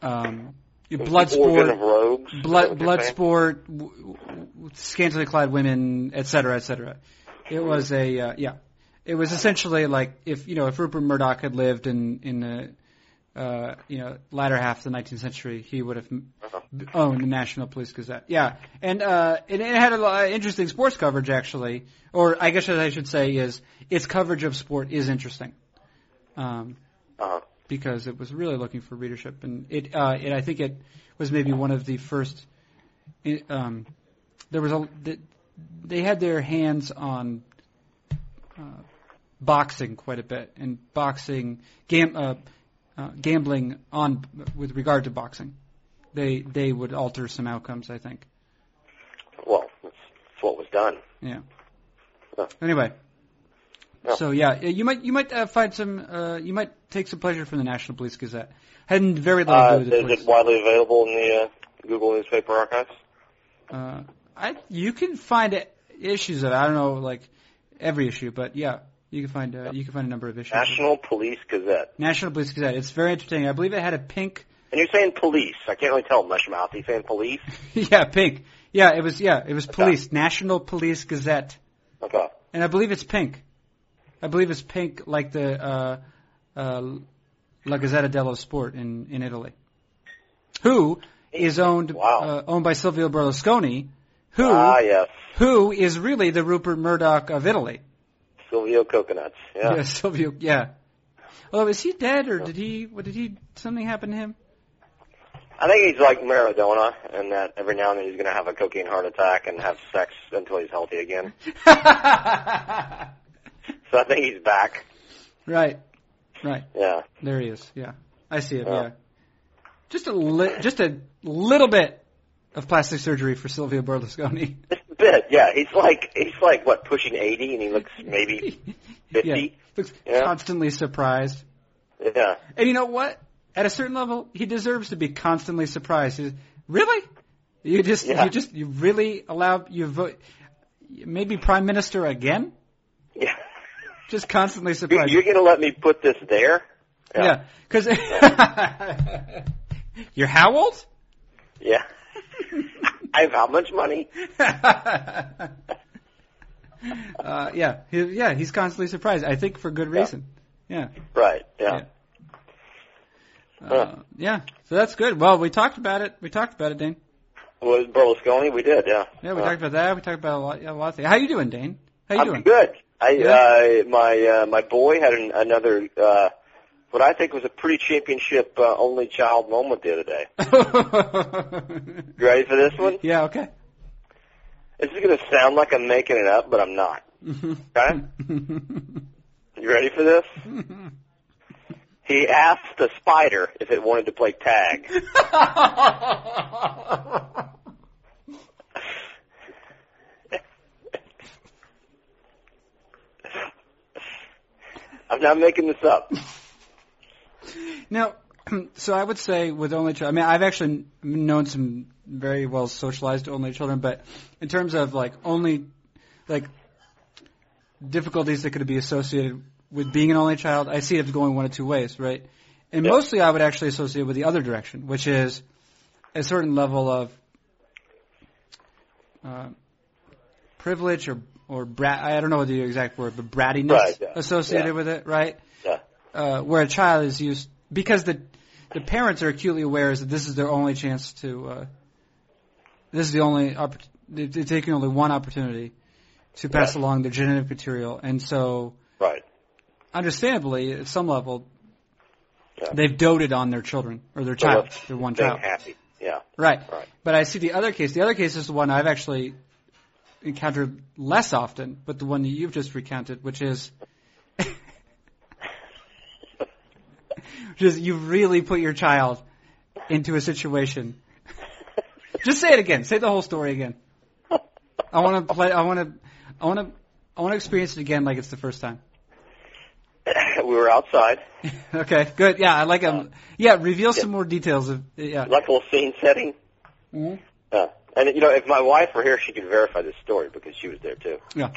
Speaker 1: um blood
Speaker 2: The organ of
Speaker 1: sport
Speaker 2: rogues. is that
Speaker 1: blood
Speaker 2: what you're
Speaker 1: blood
Speaker 2: saying?
Speaker 1: sport w- w- scantily clad women et cetera, et cetera. it was a uh, yeah it was essentially like if you know if Rupert Murdoch had lived in in the uh, you know, latter half of the 19th century, he would have m-
Speaker 2: Uh-huh.
Speaker 1: owned the National Police Gazette. Yeah, and uh, it, it had a lot of interesting sports coverage actually, or I guess what I should say is its coverage of sport is interesting, um,
Speaker 2: Uh-huh.
Speaker 1: because it was really looking for readership, and it, uh, it I think it was maybe one of the first. It, um, there was a th- they had their hands on uh, boxing quite a bit, and boxing gam- uh, uh, gambling on with regard to boxing. They they would alter some outcomes, I think.
Speaker 2: Well, that's, that's what was done.
Speaker 1: Anyway,
Speaker 2: Yeah.
Speaker 1: so yeah, yeah, you might you might uh, find some uh, you might take some pleasure from the National Police Gazette. Had very little
Speaker 2: Uh,
Speaker 1: to
Speaker 2: is
Speaker 1: do with the
Speaker 2: it widely available in the uh, Google newspaper archives?
Speaker 1: Uh, I you can find i- issues of it. I don't know like every issue, but yeah, you can find uh, you can find a number of issues.
Speaker 2: National Police Gazette.
Speaker 1: National Police Gazette. It's very entertaining. I believe it had a pink.
Speaker 2: And you're saying police. I can't really tell much mouth. You saying police?
Speaker 1: yeah, pink. Yeah, it was. Yeah, it was police. National Police Gazette,
Speaker 2: Okay.
Speaker 1: and I believe it's pink. I believe it's pink, like the uh, uh, La Gazzetta dello Sport in in Italy, who is owned
Speaker 2: Wow.
Speaker 1: uh, owned by Silvio Berlusconi, who
Speaker 2: Ah, yes.
Speaker 1: who is really the Rupert Murdoch of Italy.
Speaker 2: Silvio Coconuts. Yeah.
Speaker 1: Yeah, Silvio. Yeah. Although is he dead or did he? What did he? Something happen to him?
Speaker 2: I think he's like Maradona, and that every now and then he's going to have a cocaine heart attack and have sex until he's healthy again. So I think he's back.
Speaker 1: right.
Speaker 2: Yeah.
Speaker 1: There he is. Yeah. I see it.
Speaker 2: Yeah.
Speaker 1: Yeah. Just a li- just a little bit of plastic surgery for Silvio Berlusconi.
Speaker 2: Just a bit. Yeah. He's like he's like what pushing 80, and he looks maybe 50.
Speaker 1: Looks
Speaker 2: Yeah.
Speaker 1: constantly surprised.
Speaker 2: Yeah.
Speaker 1: And you know what? At a certain level, he deserves to be constantly surprised. He's, really? You just
Speaker 2: Yeah.
Speaker 1: you just you really allow you vote maybe prime minister again?
Speaker 2: Yeah.
Speaker 1: Just constantly
Speaker 2: You-
Speaker 1: surprised.
Speaker 2: You're going to let me put this there?
Speaker 1: Yeah, because you're how old?
Speaker 2: Yeah. I have how much money?
Speaker 1: uh, yeah, he, yeah, he's constantly surprised. I think for good reason.
Speaker 2: Right. Yeah.
Speaker 1: Uh, yeah, so that's good. Well, we talked about it. We talked about it, Dane.
Speaker 2: Was Berlusconi? We did, yeah.
Speaker 1: Yeah, we
Speaker 2: Uh,
Speaker 1: talked about that. We talked about a lot, yeah, a lot of things. How you doing, Dane? How you
Speaker 2: I'm
Speaker 1: doing?
Speaker 2: good. I
Speaker 1: Yeah.
Speaker 2: uh, my uh, my boy had an, another uh, what I think was a pretty championship uh, only child moment the other day. You ready for this one?
Speaker 1: yeah. Okay.
Speaker 2: This is gonna sound like I'm making it up, but I'm not. Okay? You ready for this? He asked the spider if it wanted to play tag. I'm not making this up.
Speaker 1: now, so I would say with only children, I mean, I've actually known some very well socialized only children, but in terms of like only like difficulties that could be associated with being an only child, I see it going one of two ways, right? And
Speaker 2: Yeah.
Speaker 1: mostly I would actually associate with the other direction, which is a certain level of uh, privilege or or brat. I don't know the exact word, but brattiness
Speaker 2: Right, yeah.
Speaker 1: associated
Speaker 2: Yeah.
Speaker 1: with it, right?
Speaker 2: Yeah.
Speaker 1: uh, where a child is used because the the parents are acutely aware is that this is their only chance to uh, this is the only oppor- they're they're taking only one opportunity to pass
Speaker 2: Yeah.
Speaker 1: along their genetic material, and so
Speaker 2: Right.
Speaker 1: understandably, at some level,
Speaker 2: Yeah.
Speaker 1: they've doted on their children or their
Speaker 2: So
Speaker 1: child,
Speaker 2: let's
Speaker 1: their one
Speaker 2: stay
Speaker 1: child,
Speaker 2: happy. Yeah.
Speaker 1: right?
Speaker 2: Right.
Speaker 1: But I see the other case. The other case is the one I've actually encountered less often, but the one that you've just recounted, which is. Just you've really put your child into a situation. Just say it again. Say the whole story again. I want to play. I want to. I want to. I want to experience it again like it's the first time.
Speaker 2: we were outside,
Speaker 1: Okay, good. Yeah, I like um. Yeah, reveal some more details of yeah.
Speaker 2: like a little scene setting.
Speaker 1: Mhm.
Speaker 2: Yeah. And you know, if my wife were here, she could verify this story because she was there too.
Speaker 1: Yeah.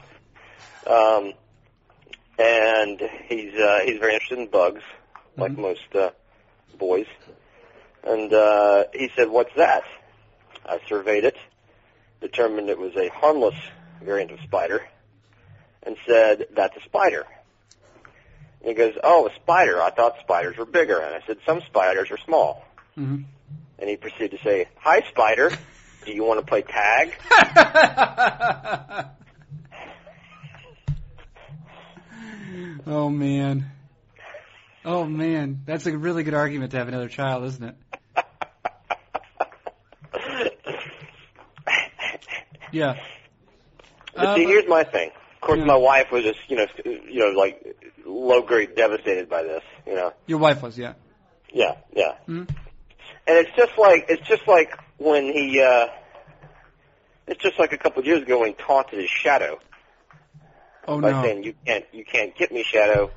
Speaker 2: Um, and he's uh, he's very interested in bugs, like
Speaker 1: Mhm.
Speaker 2: most uh, boys. And uh, he said, "What's that?" I surveyed it, determined it was a harmless variant of spider, and said, "That's a spider." And he goes, "Oh, a spider! I thought spiders were bigger." And I said, "Some spiders are small."
Speaker 1: Mhm.
Speaker 2: And he proceeded to say, "Hi, spider. Do you want to play tag?"
Speaker 1: oh man. Oh man, that's a really good argument to have another child, isn't it? Yeah.
Speaker 2: But
Speaker 1: Uh,
Speaker 2: see,
Speaker 1: but-
Speaker 2: here's my thing. Of course,
Speaker 1: Yeah.
Speaker 2: my wife was just, you know, s- you know, like low grade devastated by this, you know.
Speaker 1: Your wife was, yeah.
Speaker 2: Yeah, yeah.
Speaker 1: Mhm.
Speaker 2: And it's just like it's just like when he, uh it's just like a couple of years ago when he taunted his shadow
Speaker 1: Oh
Speaker 2: by
Speaker 1: no.
Speaker 2: saying, "You can't, you can't get me, shadow."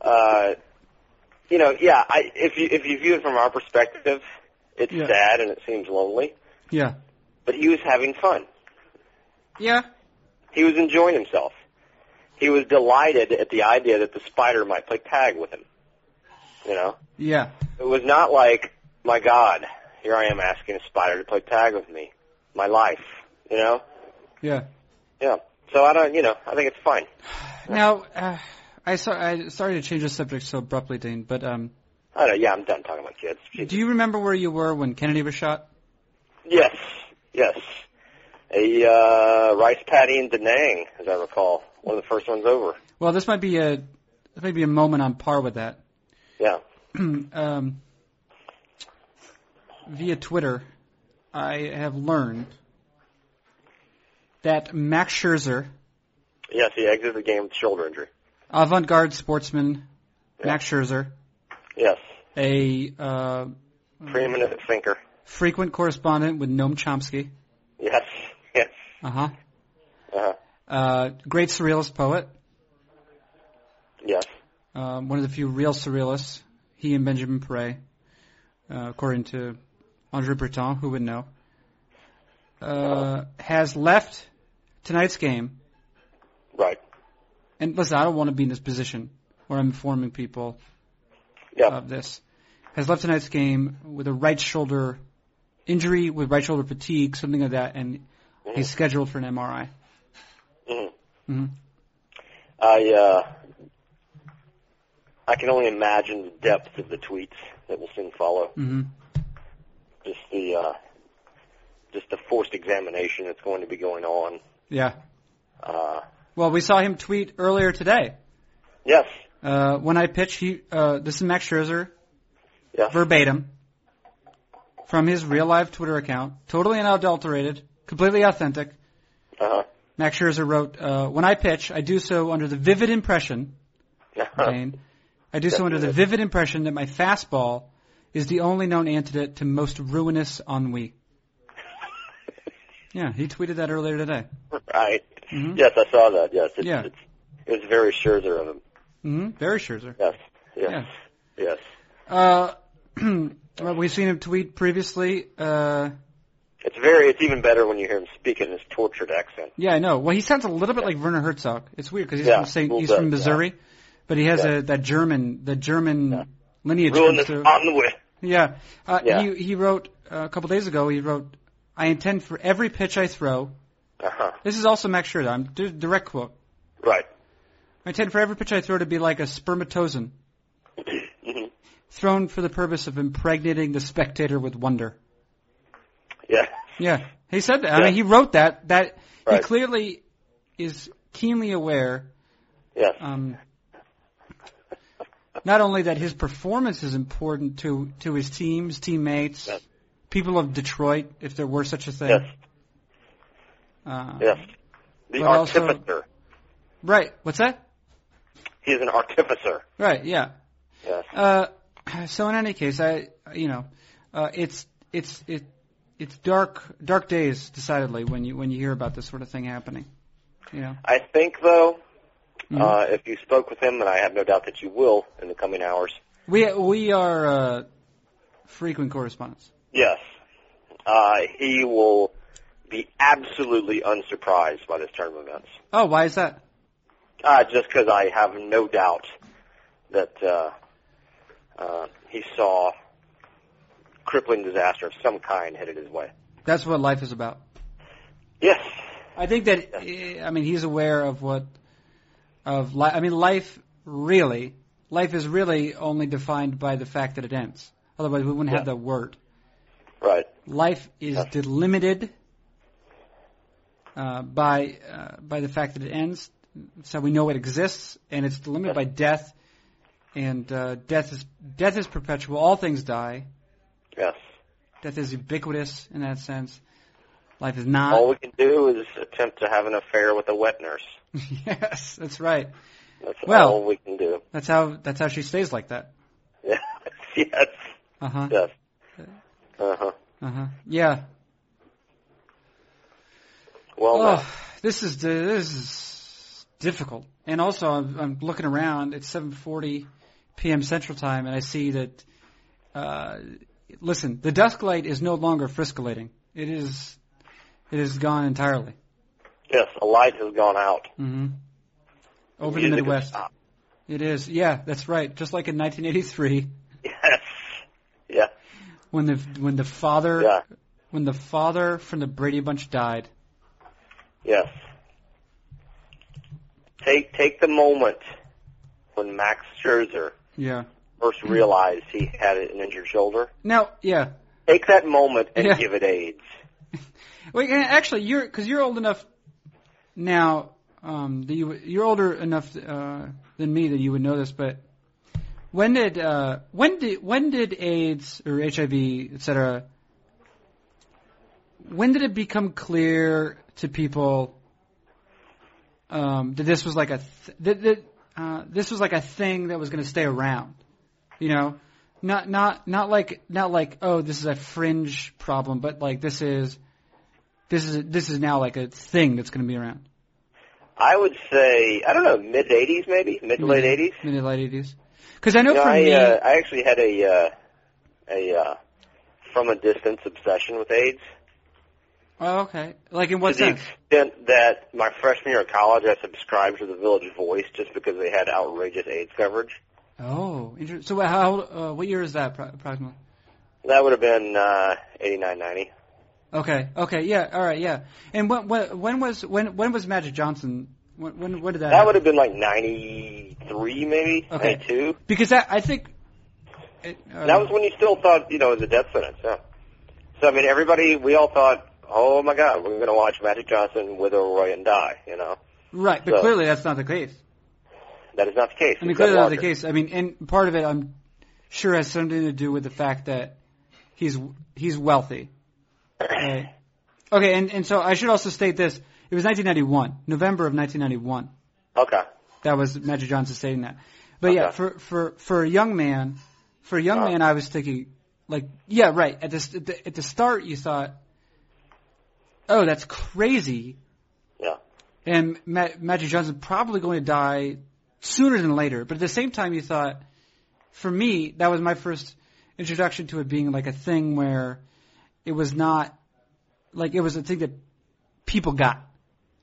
Speaker 2: Uh, you know, yeah. I if you if you view it from our perspective, it's
Speaker 1: Yeah.
Speaker 2: sad and it seems lonely,
Speaker 1: Yeah.
Speaker 2: but he was having fun.
Speaker 1: Yeah.
Speaker 2: He was enjoying himself. He was delighted at the idea that the spider might play tag with him. You know,
Speaker 1: Yeah.
Speaker 2: it was not like, my God, here I am asking a spider to play tag with me, my life. You know,
Speaker 1: Yeah.
Speaker 2: yeah. So I don't, you know, I think it's fine.
Speaker 1: Now, uh, I saw. I sorry to change the subject so abruptly, Dane, but um,
Speaker 2: I don't. Yeah, I'm done talking about kids.
Speaker 1: do you remember where you were when Kennedy was shot?
Speaker 2: Yes, yes. A uh, rice patty in Da Nang, as I recall, one of the first ones over.
Speaker 1: Well, this might be a this might be a moment on par with that.
Speaker 2: Yeah.
Speaker 1: um, via Twitter, I have learned that Max Scherzer,
Speaker 2: Yes, he exited the game with shoulder injury.
Speaker 1: avant-garde sportsman Max Scherzer,
Speaker 2: Yes,
Speaker 1: a uh,
Speaker 2: preeminent thinker.
Speaker 1: frequent correspondent with Noam Chomsky,
Speaker 2: Yes, yes.
Speaker 1: uh-huh,
Speaker 2: Uh-huh.
Speaker 1: uh, great surrealist poet,
Speaker 2: Yes.
Speaker 1: um, one of the few real surrealists, he and Benjamin Paré, uh, according to Andre Breton, who would know, uh, has left tonight's game
Speaker 2: Right.
Speaker 1: and listen, I don't want to be in this position where I'm informing people
Speaker 2: Yeah.
Speaker 1: of this. Has left tonight's game with a right shoulder injury, with right shoulder fatigue, something like that, and
Speaker 2: Mm-hmm.
Speaker 1: he's scheduled for an MRI.
Speaker 2: Mhm.
Speaker 1: Mhm.
Speaker 2: I uh, I can only imagine the depth of the tweets that will soon follow.
Speaker 1: hmm
Speaker 2: Just the uh, just the forced examination that's going to be going on.
Speaker 1: Yeah.
Speaker 2: Uh,
Speaker 1: Well, we saw him tweet earlier today.
Speaker 2: yes,
Speaker 1: Uh, when I pitch, he uh, this is Max Scherzer
Speaker 2: Yeah.
Speaker 1: verbatim from his real life Twitter account, totally unadulterated, completely authentic.
Speaker 2: uh-huh.
Speaker 1: Max Scherzer wrote, uh, "When I pitch, I do so under the vivid impression, Dane, I do so under the vivid impression that my fastball is the only known antidote to most ruinous ennui." Yeah, he tweeted that earlier today.
Speaker 2: right.
Speaker 1: Mhm.
Speaker 2: Yes, I saw that. Yes, it's,
Speaker 1: Yeah.
Speaker 2: it's, it's very Scherzer of him.
Speaker 1: hmm Very Scherzer.
Speaker 2: Yes, yes, yes.
Speaker 1: Uh, well, we've seen him tweet previously. Uh,
Speaker 2: It's very. It's even better when you hear him speak in his tortured accent.
Speaker 1: yeah, I know. Well, he sounds a little bit like Werner Herzog. It's weird because he's
Speaker 2: Yeah,
Speaker 1: from Saint,
Speaker 2: little
Speaker 1: he's
Speaker 2: bit,
Speaker 1: from Missouri, but he has
Speaker 2: Yeah.
Speaker 1: a that German the German
Speaker 2: Yeah.
Speaker 1: lineage.
Speaker 2: Ruin
Speaker 1: comes
Speaker 2: this
Speaker 1: through.
Speaker 2: on the way.
Speaker 1: Yeah. Uh,
Speaker 2: Yeah.
Speaker 1: He, he wrote uh, a couple days ago, he wrote, I intend for every pitch I throw.
Speaker 2: Uh-huh.
Speaker 1: This is also Max Scherzer. I'm d- direct quote.
Speaker 2: Right.
Speaker 1: I intend for every pitch I throw to be like a spermatozan,
Speaker 2: Mhm.
Speaker 1: thrown for the purpose of impregnating the spectator with wonder.
Speaker 2: Yeah.
Speaker 1: Yeah. He said that. I
Speaker 2: Yeah.
Speaker 1: mean, he wrote that. That
Speaker 2: Right.
Speaker 1: He clearly is keenly aware
Speaker 2: Yes.
Speaker 1: um, not only that his performance is important to, to his teams, teammates,
Speaker 2: Yes.
Speaker 1: people of Detroit, if there were such a thing.
Speaker 2: yes.
Speaker 1: Uh,
Speaker 2: Yes. The
Speaker 1: But also-
Speaker 2: artificer.
Speaker 1: Right. What's that?
Speaker 2: He is an artificer.
Speaker 1: Right. Yeah.
Speaker 2: Yes.
Speaker 1: Uh, so in any case, I you know, uh, it's it's it it's dark dark days decidedly when you when you hear about this sort of thing happening. You know.
Speaker 2: I think though,
Speaker 1: Mhm.
Speaker 2: uh, if you spoke with him, and I have no doubt that you will in the coming hours.
Speaker 1: we we are uh, frequent correspondents.
Speaker 2: Yes. Uh, he will be absolutely unsurprised by this turn of events.
Speaker 1: Oh, why is that?
Speaker 2: Uh, just because I have no doubt that uh, uh, he saw crippling disaster of some kind headed his way.
Speaker 1: That's what life is about.
Speaker 2: Yes.
Speaker 1: I think that eh, I mean he's aware of what of life. I mean life really life is really only defined by the fact that it ends. Otherwise, we wouldn't have
Speaker 2: Yeah.
Speaker 1: that word.
Speaker 2: Right.
Speaker 1: life is
Speaker 2: Yes.
Speaker 1: delimited uh, by uh, by the fact that it ends, so we know it exists, and it's delimited
Speaker 2: Yes.
Speaker 1: by death, and uh, death is death is perpetual. All things die.
Speaker 2: Yes.
Speaker 1: Death is ubiquitous in that sense. Life is not.
Speaker 2: All we can do is attempt to have an affair with a wet nurse.
Speaker 1: yes, that's right.
Speaker 2: That's
Speaker 1: Well-
Speaker 2: all we can do.
Speaker 1: That's how that's how she stays like that.
Speaker 2: Yes. yes.
Speaker 1: Uh huh.
Speaker 2: Yes. Uh huh.
Speaker 1: Uh huh. Yeah.
Speaker 2: Well,
Speaker 1: Oh, this is this is difficult. And also, I'm, I'm looking around. It's 7:40 p.m. Central Time, and I see that. Uh, listen, the dusk light is no longer friscolating. It is, it is gone entirely.
Speaker 2: yes, a light has gone out.
Speaker 1: hmm Over the
Speaker 2: Music has
Speaker 1: Midwest,
Speaker 2: stopped.
Speaker 1: it is. Yeah, that's right. Just like in 1983,
Speaker 2: Yes. Yeah.
Speaker 1: when the when the father
Speaker 2: Yeah.
Speaker 1: when the father from the Brady Bunch died.
Speaker 2: Yes. Take take the moment when Max Scherzer
Speaker 1: Yeah. Hmm.
Speaker 2: first realized he had an injured shoulder.
Speaker 1: Now, yeah.
Speaker 2: Take that moment and
Speaker 1: Yeah.
Speaker 2: give it AIDS.
Speaker 1: Wait, and actually, you're because you're old enough now. Um, that you you're older enough uh, than me that you would know this. But when did uh, when did when did AIDS or HIV, etc. When did it become clear to people um, that this was like a th- that, that uh, this was like a thing that was going to stay around? You know, not not not like not like oh this is a fringe problem, but like this is this is this is now like a thing that's going to be around.
Speaker 2: I would say I don't know mid '80s maybe mid to late '80s.
Speaker 1: mid to late eighties. Because I Mm-hmm. know
Speaker 2: You know,
Speaker 1: for
Speaker 2: I
Speaker 1: me,
Speaker 2: uh, I actually had a uh, a uh, from a distance obsession with AIDS.
Speaker 1: oh, okay, like in what
Speaker 2: to the
Speaker 1: sense?
Speaker 2: extent that my freshman year of college, I subscribed to the Village Voice just because they had outrageous AIDS coverage.
Speaker 1: Oh, interesting. So wha- how old- uh, what year is that pro- approximately?
Speaker 2: That would have been uh, 89, 90.
Speaker 1: Uh-huh. Okay, okay, yeah, all right, yeah. And when when, when was when when was Magic Johnson? When when, when did that?
Speaker 2: That
Speaker 1: happen?
Speaker 2: would have been like 93, maybe,
Speaker 1: Okay. Uh-huh.
Speaker 2: 92.
Speaker 1: Because I, I think It, uh,
Speaker 2: That was when you still thought, you know, it was a death sentence. Yeah. So I mean, everybody, we all thought, oh my God, we're going to watch Magic Johnson wither away and die. You know,
Speaker 1: right, but
Speaker 2: so-
Speaker 1: clearly that's not the case.
Speaker 2: that is not the case.
Speaker 1: I mean,
Speaker 2: It's Doug
Speaker 1: clearly that's the
Speaker 2: Walker.
Speaker 1: case. I mean, and part of it, I'm sure, has something to do with the fact that he's he's wealthy. Right. Okay, and, and so I should also state this. It was 1991, November of 1991.
Speaker 2: Okay.
Speaker 1: That was Magic Johnson stating that. But yeah,
Speaker 2: Okay.
Speaker 1: for for for a young man, for a young
Speaker 2: Uh.
Speaker 1: man, I was thinking like, yeah, right. At this at the, at the start, you thought, oh, that's crazy.
Speaker 2: Yeah.
Speaker 1: And Ma- Magic Johnson probably going to die sooner than later. But at the same time, you thought, for me, that was my first introduction to it being like a thing where it was not like it was a thing that people got,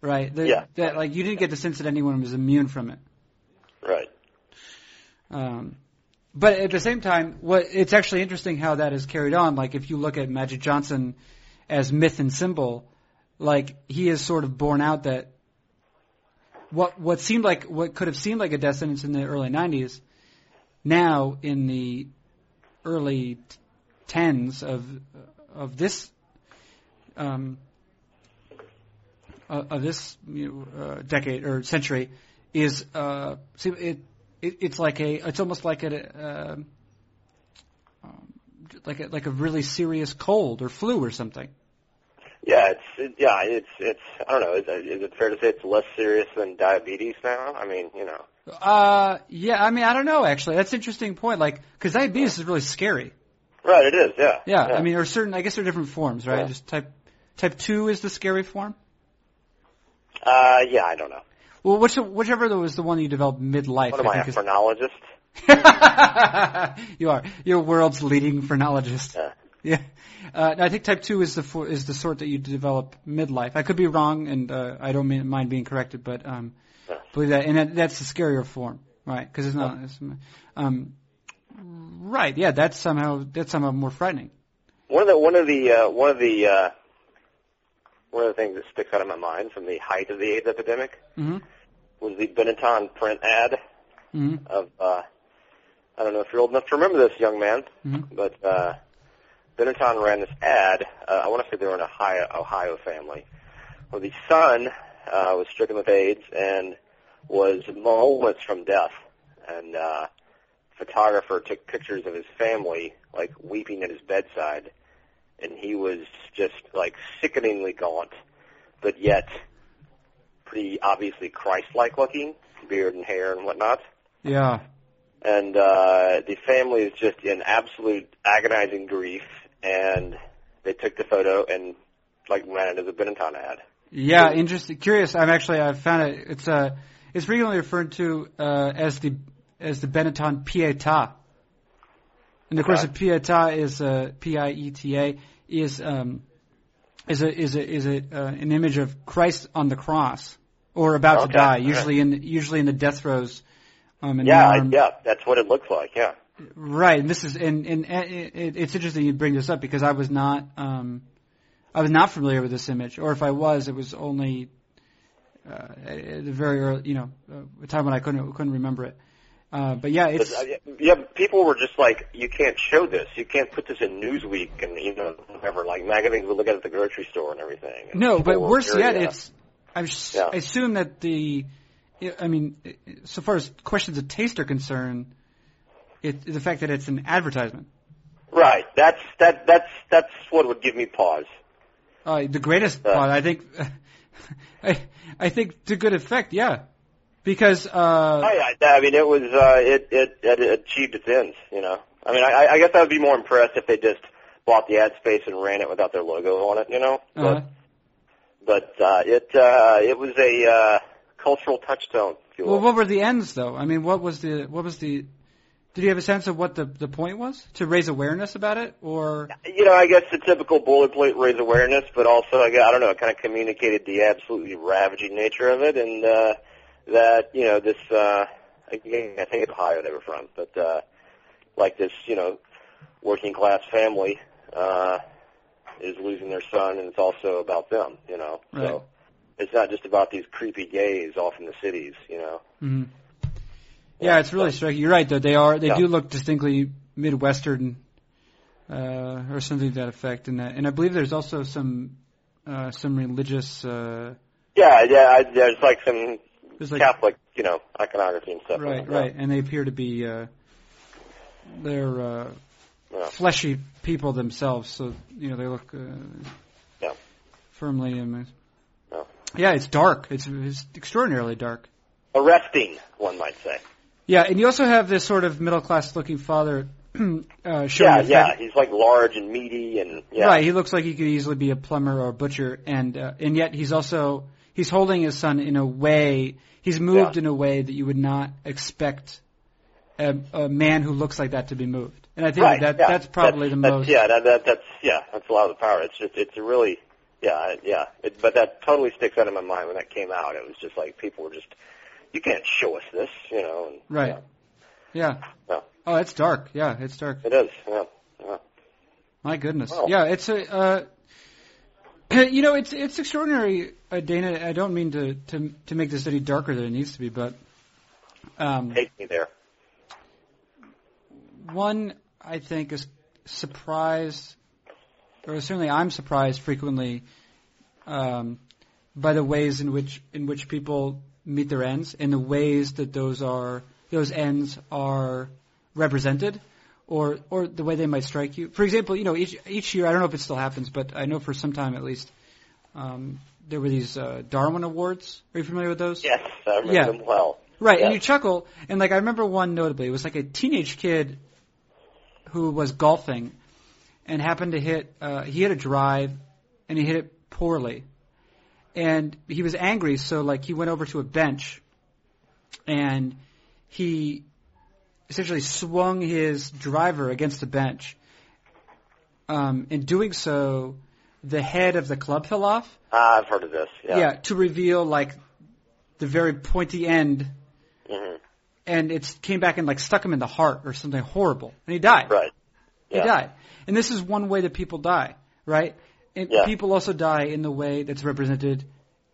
Speaker 1: right? That,
Speaker 2: Yeah.
Speaker 1: That like you didn't get the sense that anyone was immune from it.
Speaker 2: Right.
Speaker 1: Um, but at the same time, what it's actually interesting how that is carried on. Like if you look at Magic Johnson as myth and symbol, like he is sort of borne out that what what seemed like what could have seemed like a death sentence in the early '90s, now in the early t- tens of of this um, uh, of of this you know, uh, decade or century is uh, see, it, it it's like a it's almost like a um um, like a like a really serious cold or flu or something.
Speaker 2: Yeah, it's it, yeah, it's it's. I don't know. Is, is it fair to say it's less serious than diabetes now? I mean, you know.
Speaker 1: Uh, yeah, I mean I don't know actually. That's an interesting point. Like because diabetes is really scary.
Speaker 2: Right. It is. Yeah.
Speaker 1: Yeah, I mean or certain I guess there are different forms, right?
Speaker 2: Yeah.
Speaker 1: Just type type two is the scary form.
Speaker 2: Uh, yeah. I don't know.
Speaker 1: Well, which, whichever was the one you developed midlife,
Speaker 2: What am
Speaker 1: I
Speaker 2: I,
Speaker 1: think
Speaker 2: a
Speaker 1: is
Speaker 2: phrenologist?
Speaker 1: you are. You're world's leading phrenologist.
Speaker 2: Yeah.
Speaker 1: Yeah. Uh, no, I think type 2 is the for, is the sort that you develop midlife. I could be wrong, and uh, I don't mean, mind being corrected, but um,
Speaker 2: Yeah.
Speaker 1: believe that. And that, that's the scarier form, right? Because it's not. It's, um, right. Yeah. That's somehow that's somehow more frightening.
Speaker 2: One of the one of the uh, one of the uh, one of the things that sticks out in my mind from the height of the AIDS epidemic
Speaker 1: hmm
Speaker 2: was the Benetton print ad
Speaker 1: hmm
Speaker 2: of uh, I don't know if you're old enough to remember this, young man,
Speaker 1: hmm
Speaker 2: but uh, Benetton ran this ad. Uh, I want to say they were an Ohio, Ohio family where the son uh, was stricken with AIDS and was moments from death, and uh, photographer took pictures of his family like weeping at his bedside, and he was just like sickeningly gaunt, but yet pretty obviously Christ-like looking, beard and hair and whatnot
Speaker 1: Yeah.
Speaker 2: and uh, the family is just in absolute agonizing grief. And they took the photo and like ran it as a Benetton ad.
Speaker 1: Yeah, interesting. Curious. I'm actually I found it. It's uh, it's frequently referred to uh, as the as the Benetton Pietà. And of course, a Pietà is uh, P I E T A is um, is a is a is a uh, an image of Christ on the cross or about to
Speaker 2: Okay,
Speaker 1: die.
Speaker 2: alright.
Speaker 1: Usually in usually in the death throes. Um, in the
Speaker 2: Yeah, I-
Speaker 1: arm.
Speaker 2: yeah, that's what it looks like. Yeah,
Speaker 1: Right, and this is and and uh, it, it- it's interesting you bring this up because I was not um, I was not familiar with this image, or if I was, it was only uh, at at the very early, you know, uh, a time when I couldn't couldn't remember it. Uh, but yeah,
Speaker 2: but,
Speaker 1: it's
Speaker 2: uh, yeah. People were just like, you can't show this. You can't put this in Newsweek and you know whatever. Like magazines would look at it at the grocery store and everything. And
Speaker 1: no, but
Speaker 2: people were uh,
Speaker 1: worse yet,
Speaker 2: furious.
Speaker 1: it's I s-
Speaker 2: Yeah.
Speaker 1: I assume that the I mean, so far as questions of taste are concerned, it, the fact that it's an advertisement,
Speaker 2: right. That's that that's that's what would give me pause.
Speaker 1: uh, the greatest
Speaker 2: Yeah.
Speaker 1: part, I think. I, I think to good effect, yeah, because uh,
Speaker 2: Oh, yeah, I mean, it was uh, it, it it achieved its ends. You know, I mean, I, I guess I would be more impressed if they just bought the ad space and ran it without their logo on it. You know,
Speaker 1: Uh,
Speaker 2: but but uh, it uh, it was a uh, cultural touchstone. If you will.
Speaker 1: well, what were the ends though? I mean, what was the what was the did you have a sense of what the the point was to raise awareness about it or
Speaker 2: you know, I guess the typical boilerplate raise awareness, but also I, gu- I don't know, it kind of communicated the absolutely ravaging nature of it, and uh, that you know this uh, again, I think it's Ohio they were from, but uh, like this, you know, working class family uh, is losing their son, and it's also about them, you know.
Speaker 1: Right.
Speaker 2: So it's not just about these creepy gays off in the cities, you know.
Speaker 1: Mm-hmm. Mhm. yeah, it's really striking. You're right though. They are they
Speaker 2: Yeah.
Speaker 1: do look distinctly Midwestern uh, or something to that effect. And, uh, and I believe there's also some uh, some religious. Uh,
Speaker 2: Yeah, yeah. I, there's like some
Speaker 1: there's like
Speaker 2: Catholic, you know, iconography and stuff.
Speaker 1: right,
Speaker 2: Yeah.
Speaker 1: right, and they appear to be uh, they're uh,
Speaker 2: Yeah.
Speaker 1: fleshy people themselves. So you know they look uh,
Speaker 2: Yeah.
Speaker 1: firmly in.
Speaker 2: Yeah.
Speaker 1: Yeah, it's dark. It's, it's extraordinarily dark.
Speaker 2: Arresting, one might say.
Speaker 1: Yeah, and you also have this sort of middle class looking father uh, showing
Speaker 2: yeah,
Speaker 1: the
Speaker 2: yeah.
Speaker 1: fact-
Speaker 2: He's like large and meaty and yeah.
Speaker 1: Right, he looks like he could easily be a plumber or a butcher, and uh, and yet he's also he's holding his son in a way he's moved in a way that you would not expect a, a man who looks like that to be moved. And I think
Speaker 2: Right,
Speaker 1: that
Speaker 2: yeah.
Speaker 1: that's probably the
Speaker 2: that's,
Speaker 1: most.
Speaker 2: Yeah, that, that that's yeah, that's a lot of the power. It's just it's a really yeah, I- yeah. It, but that totally sticks out in my mind when that came out. It was just like people were just you can't show us this, you know. And,
Speaker 1: Right. Yeah.
Speaker 2: Yeah.
Speaker 1: Oh, it's dark. Yeah, it's dark.
Speaker 2: yeah, it is. Yeah.
Speaker 1: My goodness.
Speaker 2: Oh.
Speaker 1: Yeah, it's a. Uh, you know, it's it's extraordinary, uh, Dana. I don't mean to, to to make this any darker than it needs to be, but um,
Speaker 2: Take me there.
Speaker 1: one I think is surprised, or certainly I'm surprised frequently um, by the ways in which in which people meet their ends and the ways that those are those ends are represented. Or, or the way they might strike you. For example, you know, each, each year, I don't know if it still happens, but I know for some time at least, um, there were these uh, Darwin Awards. Are you familiar with those?
Speaker 2: Yes, I remember
Speaker 1: Yeah.
Speaker 2: them well.
Speaker 1: Right,
Speaker 2: Yeah.
Speaker 1: and you chuckle, and like I remember one notably. It was like a teenage kid who was golfing and happened to hit. Uh, he hit a drive, and he hit it poorly, and he was angry. So like he went over to a bench, and he essentially swung his driver against the bench. Um, in doing so, the head of the club fell off,
Speaker 2: Ah, I've heard of this. Yeah.
Speaker 1: yeah, to reveal like the very pointy end,
Speaker 2: Mhm.
Speaker 1: and it came back and like stuck him in the heart or something horrible, and he died.
Speaker 2: Right.
Speaker 1: He
Speaker 2: Yeah.
Speaker 1: died, and this is one way that people die, right? And
Speaker 2: Yeah.
Speaker 1: people also die in the way that's represented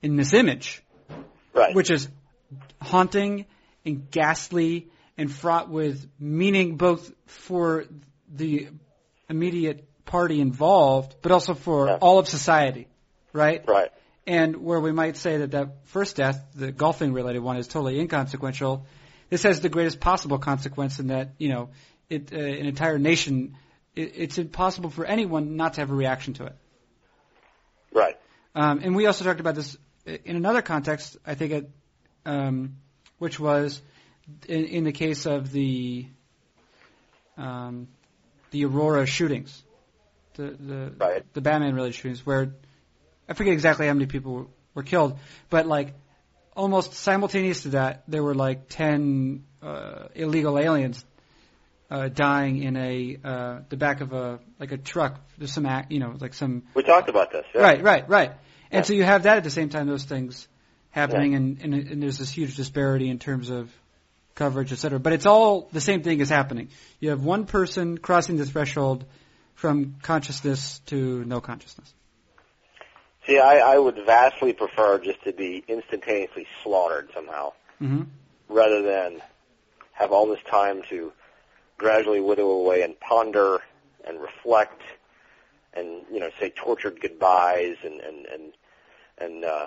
Speaker 1: in this image,
Speaker 2: Right.
Speaker 1: which is haunting and ghastly and fraught with meaning both for the immediate party involved, but also for
Speaker 2: Yeah.
Speaker 1: all of society, right?
Speaker 2: right.
Speaker 1: And where we might say that that first death, the golfing related one, is totally inconsequential, this has the greatest possible consequence in that, you know, it, uh, an entire nation, it, it's impossible for anyone not to have a reaction to it.
Speaker 2: Right.
Speaker 1: Um, and we also talked about this in another context, I think, it, um, which was in, in the case of the um, the Aurora shootings, the the,
Speaker 2: Right.
Speaker 1: the Batman related shootings, where I forget exactly how many people were, were killed, but like almost simultaneous to that, there were like ten uh, illegal aliens uh, dying in a uh, the back of a like a truck. There's some act, you know, like some
Speaker 2: We talked about this. Yeah.
Speaker 1: Right, right, right. And
Speaker 2: Yeah.
Speaker 1: so you have that at the same time, those things happening, and, and, and there's this huge disparity in terms of coverage, et cetera. But it's all the same thing is happening. You have one person crossing the threshold from consciousness to no consciousness.
Speaker 2: See, I, I would vastly prefer just to be instantaneously slaughtered somehow.
Speaker 1: hmm
Speaker 2: rather than have all this time to gradually wither away and ponder and reflect and you know say tortured goodbyes and and and and uh,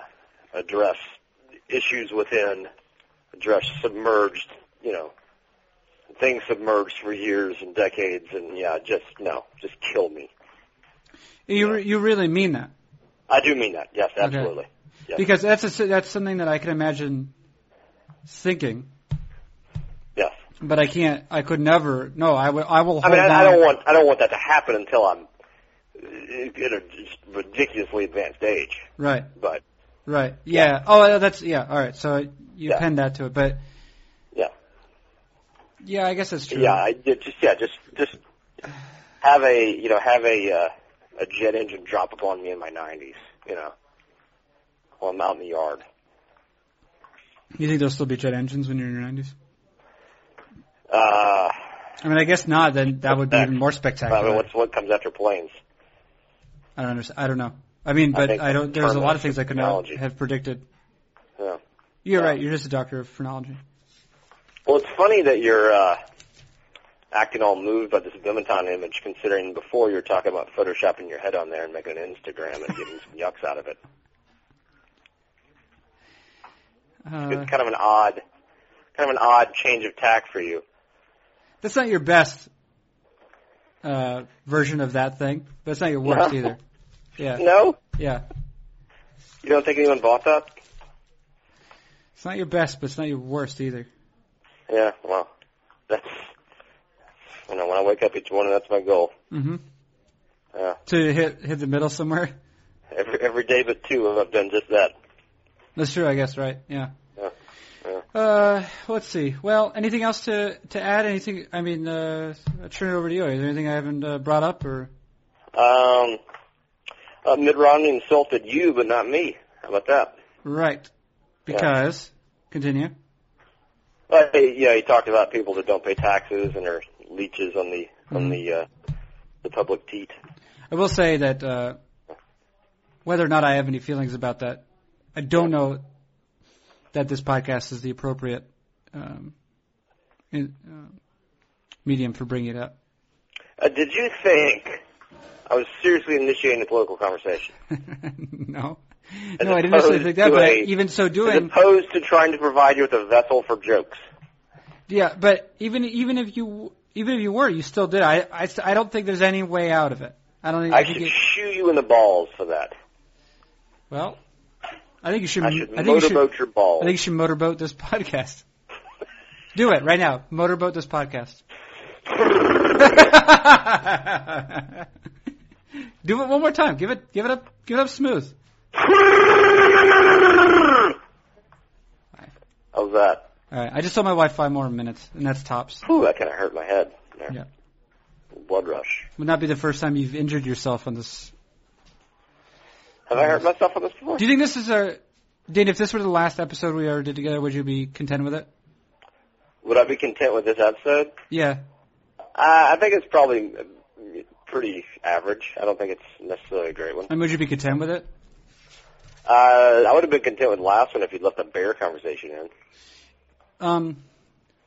Speaker 2: address issues within, address submerged you know things submerged for years and decades and yeah just no just kill me.
Speaker 1: You re- you really mean that
Speaker 2: I do mean that yes
Speaker 1: Okay.
Speaker 2: absolutely Yeah.
Speaker 1: because that's a, that's something that I can imagine thinking,
Speaker 2: yes.
Speaker 1: but I can't. I could never. No, I will. I will.
Speaker 2: I mean,
Speaker 1: hold
Speaker 2: I, I
Speaker 1: on.
Speaker 2: don't want I don't want that to happen until I'm at a just ridiculously advanced age.
Speaker 1: Right.
Speaker 2: But
Speaker 1: Right. Yeah. Oh, that's yeah. All right. So you
Speaker 2: Yeah.
Speaker 1: append that to it, but
Speaker 2: Yeah.
Speaker 1: yeah, I guess that's true.
Speaker 2: yeah, I did just yeah, just just have a you know have a uh, a jet engine drop upon me in my 90s, you know, while I'm out in the yard.
Speaker 1: You think there'll still be jet engines when you're in your 90s?
Speaker 2: Uh,
Speaker 1: I mean, I guess not. Then that would be even more
Speaker 2: I mean,
Speaker 1: spectacular.
Speaker 2: what's what comes after planes?
Speaker 1: I don't understand. I don't know. I mean, but
Speaker 2: think
Speaker 1: I, don't. There's a lot of
Speaker 2: terminology.
Speaker 1: things I could not have predicted.
Speaker 2: Yeah.
Speaker 1: You're
Speaker 2: Yeah.
Speaker 1: right. You're just a doctor of phrenology.
Speaker 2: Well, it's funny that you're uh, acting all moved by this Vimenton image, considering before you were talking about photoshopping your head on there and making an Instagram and getting some yucks out of it.
Speaker 1: Uh,
Speaker 2: It's kind of an odd, kind of an odd change of tack for you.
Speaker 1: that's not your best uh, version of that thing, but it's not your worst
Speaker 2: No.
Speaker 1: either. Yeah,
Speaker 2: No,
Speaker 1: yeah.
Speaker 2: you don't think anyone bought that?
Speaker 1: It's not your best, but it's not your worst either.
Speaker 2: Yeah, well, that's you know when I wake up each morning, that's my goal.
Speaker 1: hmm
Speaker 2: Yeah.
Speaker 1: To hit hit the middle somewhere. Mm-hmm.
Speaker 2: Every every day but two, I've done just that.
Speaker 1: That's true, I guess. Right? Yeah.
Speaker 2: Yeah, yeah.
Speaker 1: Uh, let's see. Well, anything else to to add? Anything? I mean, uh, I turn it over to you. Is there anything I haven't uh, brought up or?
Speaker 2: Um, uh, Mitt Romney insulted you, but not me. How about that?
Speaker 1: Right. Because continue.
Speaker 2: Well, he- yeah, he talked about people that don't pay taxes and are leeches on the on
Speaker 1: Mhm.
Speaker 2: the uh, the public teat.
Speaker 1: I will say that uh, whether or not I have any feelings about that, I don't know that this podcast is the appropriate um, in, uh, medium for bringing it up.
Speaker 2: Uh, did you think I was seriously initiating a political conversation
Speaker 1: no,
Speaker 2: As
Speaker 1: no, I didn't necessarily
Speaker 2: opposed
Speaker 1: think that,
Speaker 2: to
Speaker 1: but I,
Speaker 2: a-
Speaker 1: even so
Speaker 2: as
Speaker 1: doing,
Speaker 2: opposed to trying to provide you with a vessel for jokes?
Speaker 1: Yeah, but even even if you even if you were, you still did. I I, I don't think there's any way out of it. I don't think.
Speaker 2: I
Speaker 1: think
Speaker 2: should
Speaker 1: it-
Speaker 2: shoe you in the balls for that.
Speaker 1: well, I think you should.
Speaker 2: I should
Speaker 1: I think you should.
Speaker 2: motorboat your
Speaker 1: I
Speaker 2: balls.
Speaker 1: think you should motorboat this podcast. Do it right now. Motorboat this podcast. Do it one more time. Give it. Give it up. Give it up smooth.
Speaker 2: How's that?
Speaker 1: All right. I just told my wife five more minutes, and that's tops.
Speaker 2: Whew, that kind of hurt my head. There.
Speaker 1: Yeah.
Speaker 2: Blood rush.
Speaker 1: Would not be the first time you've injured yourself on this.
Speaker 2: Have I hurt myself on this before?
Speaker 1: Do you think this is a, Dane? If this were the last episode we ever did together, would you be content with it?
Speaker 2: Would I be content with this episode?
Speaker 1: Yeah.
Speaker 2: Uh, I think it's probably uh, pretty average. I don't think it's necessarily a great one.
Speaker 1: And would you be content with it?
Speaker 2: Uh, I would have been content with last one if you'd left the bear conversation in.
Speaker 1: Um,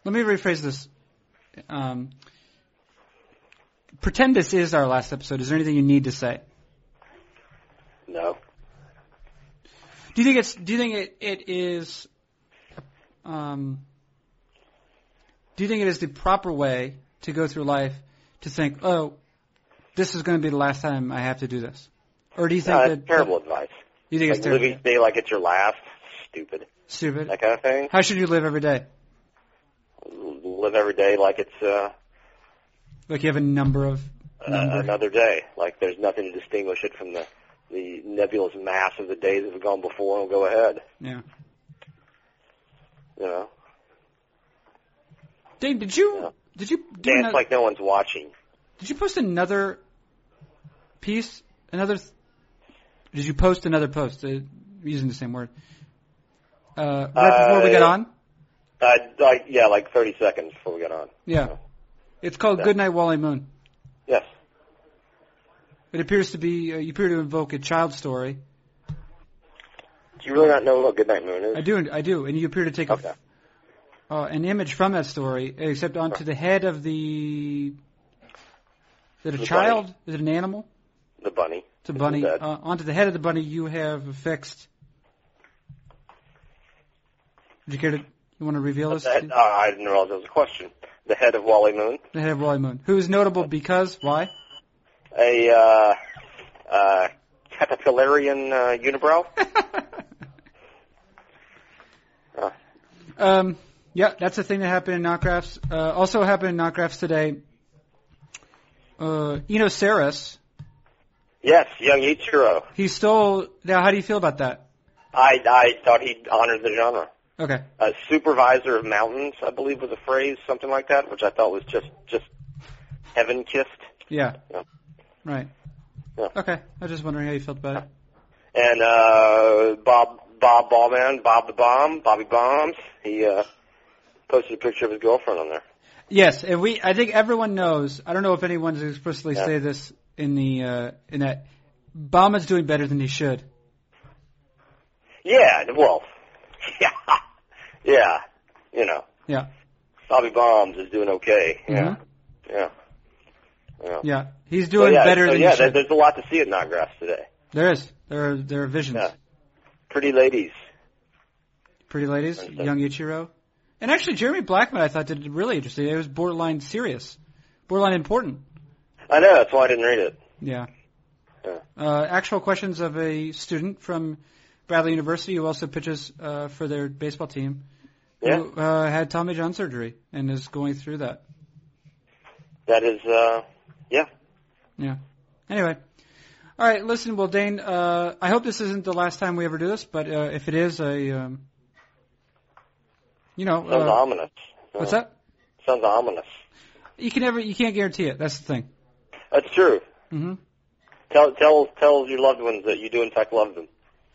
Speaker 1: let me rephrase this. Um, pretend this is our last episode. Is there anything you need to say?
Speaker 2: No.
Speaker 1: Do you think it's? Do you think it, it is? Um, do you think it is the proper way to go through life to think, oh, this is going to be the last time I have to do this, or do you think that
Speaker 2: No, that's Uh, terrible advice.
Speaker 1: You think
Speaker 2: Like
Speaker 1: it's
Speaker 2: live
Speaker 1: terrible?
Speaker 2: each day like it's your last. Stupid.
Speaker 1: Stupid.
Speaker 2: That kind of thing.
Speaker 1: How should you live every day?
Speaker 2: Live every day like it's uh,
Speaker 1: Like you have a number of
Speaker 2: uh,
Speaker 1: number.
Speaker 2: another day. Like there's nothing to distinguish it from the the nebulous mass of the days that have gone before and will go ahead.
Speaker 1: Yeah.
Speaker 2: You know,
Speaker 1: Dave, did you
Speaker 2: Yeah.
Speaker 1: did you do
Speaker 2: dance
Speaker 1: another-
Speaker 2: like no one's watching.
Speaker 1: Did you post another piece? Another? th- Did you post another post uh, using the same word? Uh, right before we got
Speaker 2: Uh,
Speaker 1: on.
Speaker 2: Uh, like yeah, like 30 seconds before we got on.
Speaker 1: Yeah. It's called
Speaker 2: Yeah.
Speaker 1: Goodnight Wally Moon.
Speaker 2: Yes.
Speaker 1: It appears to be uh, you appear to invoke a child story.
Speaker 2: Do you really not know what Goodnight Moon
Speaker 1: I
Speaker 2: is?
Speaker 1: do, I do, and you appear to take a f-
Speaker 2: Okay.
Speaker 1: uh, an image from that story, except onto the head of the. Is it a
Speaker 2: The
Speaker 1: child? Is it an animal?
Speaker 2: The bunny.
Speaker 1: It's a
Speaker 2: It's
Speaker 1: bunny.
Speaker 2: a-
Speaker 1: Uh, onto the head of the bunny, you have affixed. Would you care to? You want to reveal this?
Speaker 2: The head, oh, I didn't realize that was a question. The head of Wally Moon,
Speaker 1: The head of Wally Moon, who is notable because why?
Speaker 2: a uh, uh, caterpillarian uh, unibrow. Uh.
Speaker 1: um, yeah, that's a thing that happened in Knotgraphs. Uh, also happened in Knotgraphs today. Uh, Enoceras,
Speaker 2: Yes, young Ichiro.
Speaker 1: he stole. Now, how do you feel about that?
Speaker 2: I I thought he honored the genre.
Speaker 1: Okay,
Speaker 2: a supervisor of mountains, I believe was a phrase, something like that, which I thought was just just heaven kissed.
Speaker 1: yeah,
Speaker 2: Yeah.
Speaker 1: right.
Speaker 2: Yeah.
Speaker 1: Okay, I was just wondering how you felt about it.
Speaker 2: And uh Bob Bob Ballman, Bob the Bomb, Bobby Bombs, he uh posted a picture of his girlfriend on there.
Speaker 1: Yes, and we. I think everyone knows. I don't know if anyone's explicitly
Speaker 2: Yeah.
Speaker 1: say this in the uh, in that. Bama's doing better than he should.
Speaker 2: Yeah, well yeah. Yeah. You know.
Speaker 1: Yeah.
Speaker 2: Bobby Bombs is doing okay. Yeah.
Speaker 1: Mhm.
Speaker 2: Yeah. Yeah.
Speaker 1: Yeah, he's doing
Speaker 2: so, Oh, yeah,
Speaker 1: better
Speaker 2: so,
Speaker 1: than
Speaker 2: yeah.
Speaker 1: he
Speaker 2: there-
Speaker 1: should.
Speaker 2: there's a lot to see at Knotgrass today.
Speaker 1: there is. There are there are visions.
Speaker 2: Yeah. Pretty ladies.
Speaker 1: Pretty ladies,
Speaker 2: Understood.
Speaker 1: young Ichiro, and actually Jeremy Blackman. I thought did really interesting. It was borderline serious, borderline important.
Speaker 2: I know. That's why I didn't read it.
Speaker 1: Yeah.
Speaker 2: Yeah.
Speaker 1: Uh, actual questions of a student from Bradley University who also pitches uh, for their baseball team
Speaker 2: Yeah.
Speaker 1: who uh, had Tommy John surgery and is going through that.
Speaker 2: That is. uh
Speaker 1: Anyway. All right, listen, well, Dane, uh, I hope this isn't the last time we ever do this, but uh, if it is, I, um, you know,
Speaker 2: Sounds
Speaker 1: uh,
Speaker 2: ominous.
Speaker 1: what's that?
Speaker 2: Sounds ominous.
Speaker 1: You can never, you can't guarantee it. That's the thing.
Speaker 2: That's true.
Speaker 1: hmm
Speaker 2: Tell tell tell your loved ones that you do in fact love them.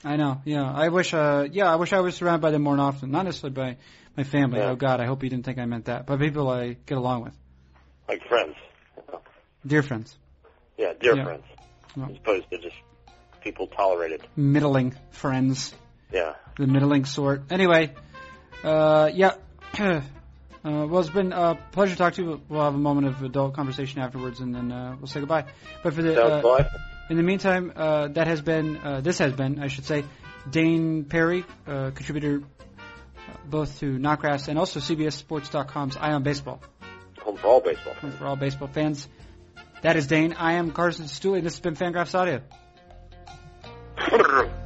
Speaker 1: I know. Yeah, I wish. Uh, yeah, I wish I was surrounded by them more often. Not necessarily by my family.
Speaker 2: Yeah.
Speaker 1: Oh God, I hope you didn't think I meant that. But people I get along with,
Speaker 2: Like friends.
Speaker 1: dear friends,
Speaker 2: Yeah, dear
Speaker 1: Yeah.
Speaker 2: friends.
Speaker 1: Yeah.
Speaker 2: As opposed to just people tolerated.
Speaker 1: middling friends,
Speaker 2: Yeah.
Speaker 1: the middling sort. Anyway, uh, yeah. uh, well, it's been a pleasure to talk to you. We'll have a moment of adult conversation afterwards, and then uh, we'll say goodbye. But for the
Speaker 2: Sounds
Speaker 1: uh,
Speaker 2: like
Speaker 1: in the meantime, uh, that has been uh, this has been, I should say, Dane Perry, uh, contributor uh, both to Knockrass and also CBSSports.com's Eye on Baseball.
Speaker 2: home for all baseball.
Speaker 1: And for all baseball fans. That is Dane. I am Carson Stewart, and this has been Fangraphs Audio.
Speaker 2: fans.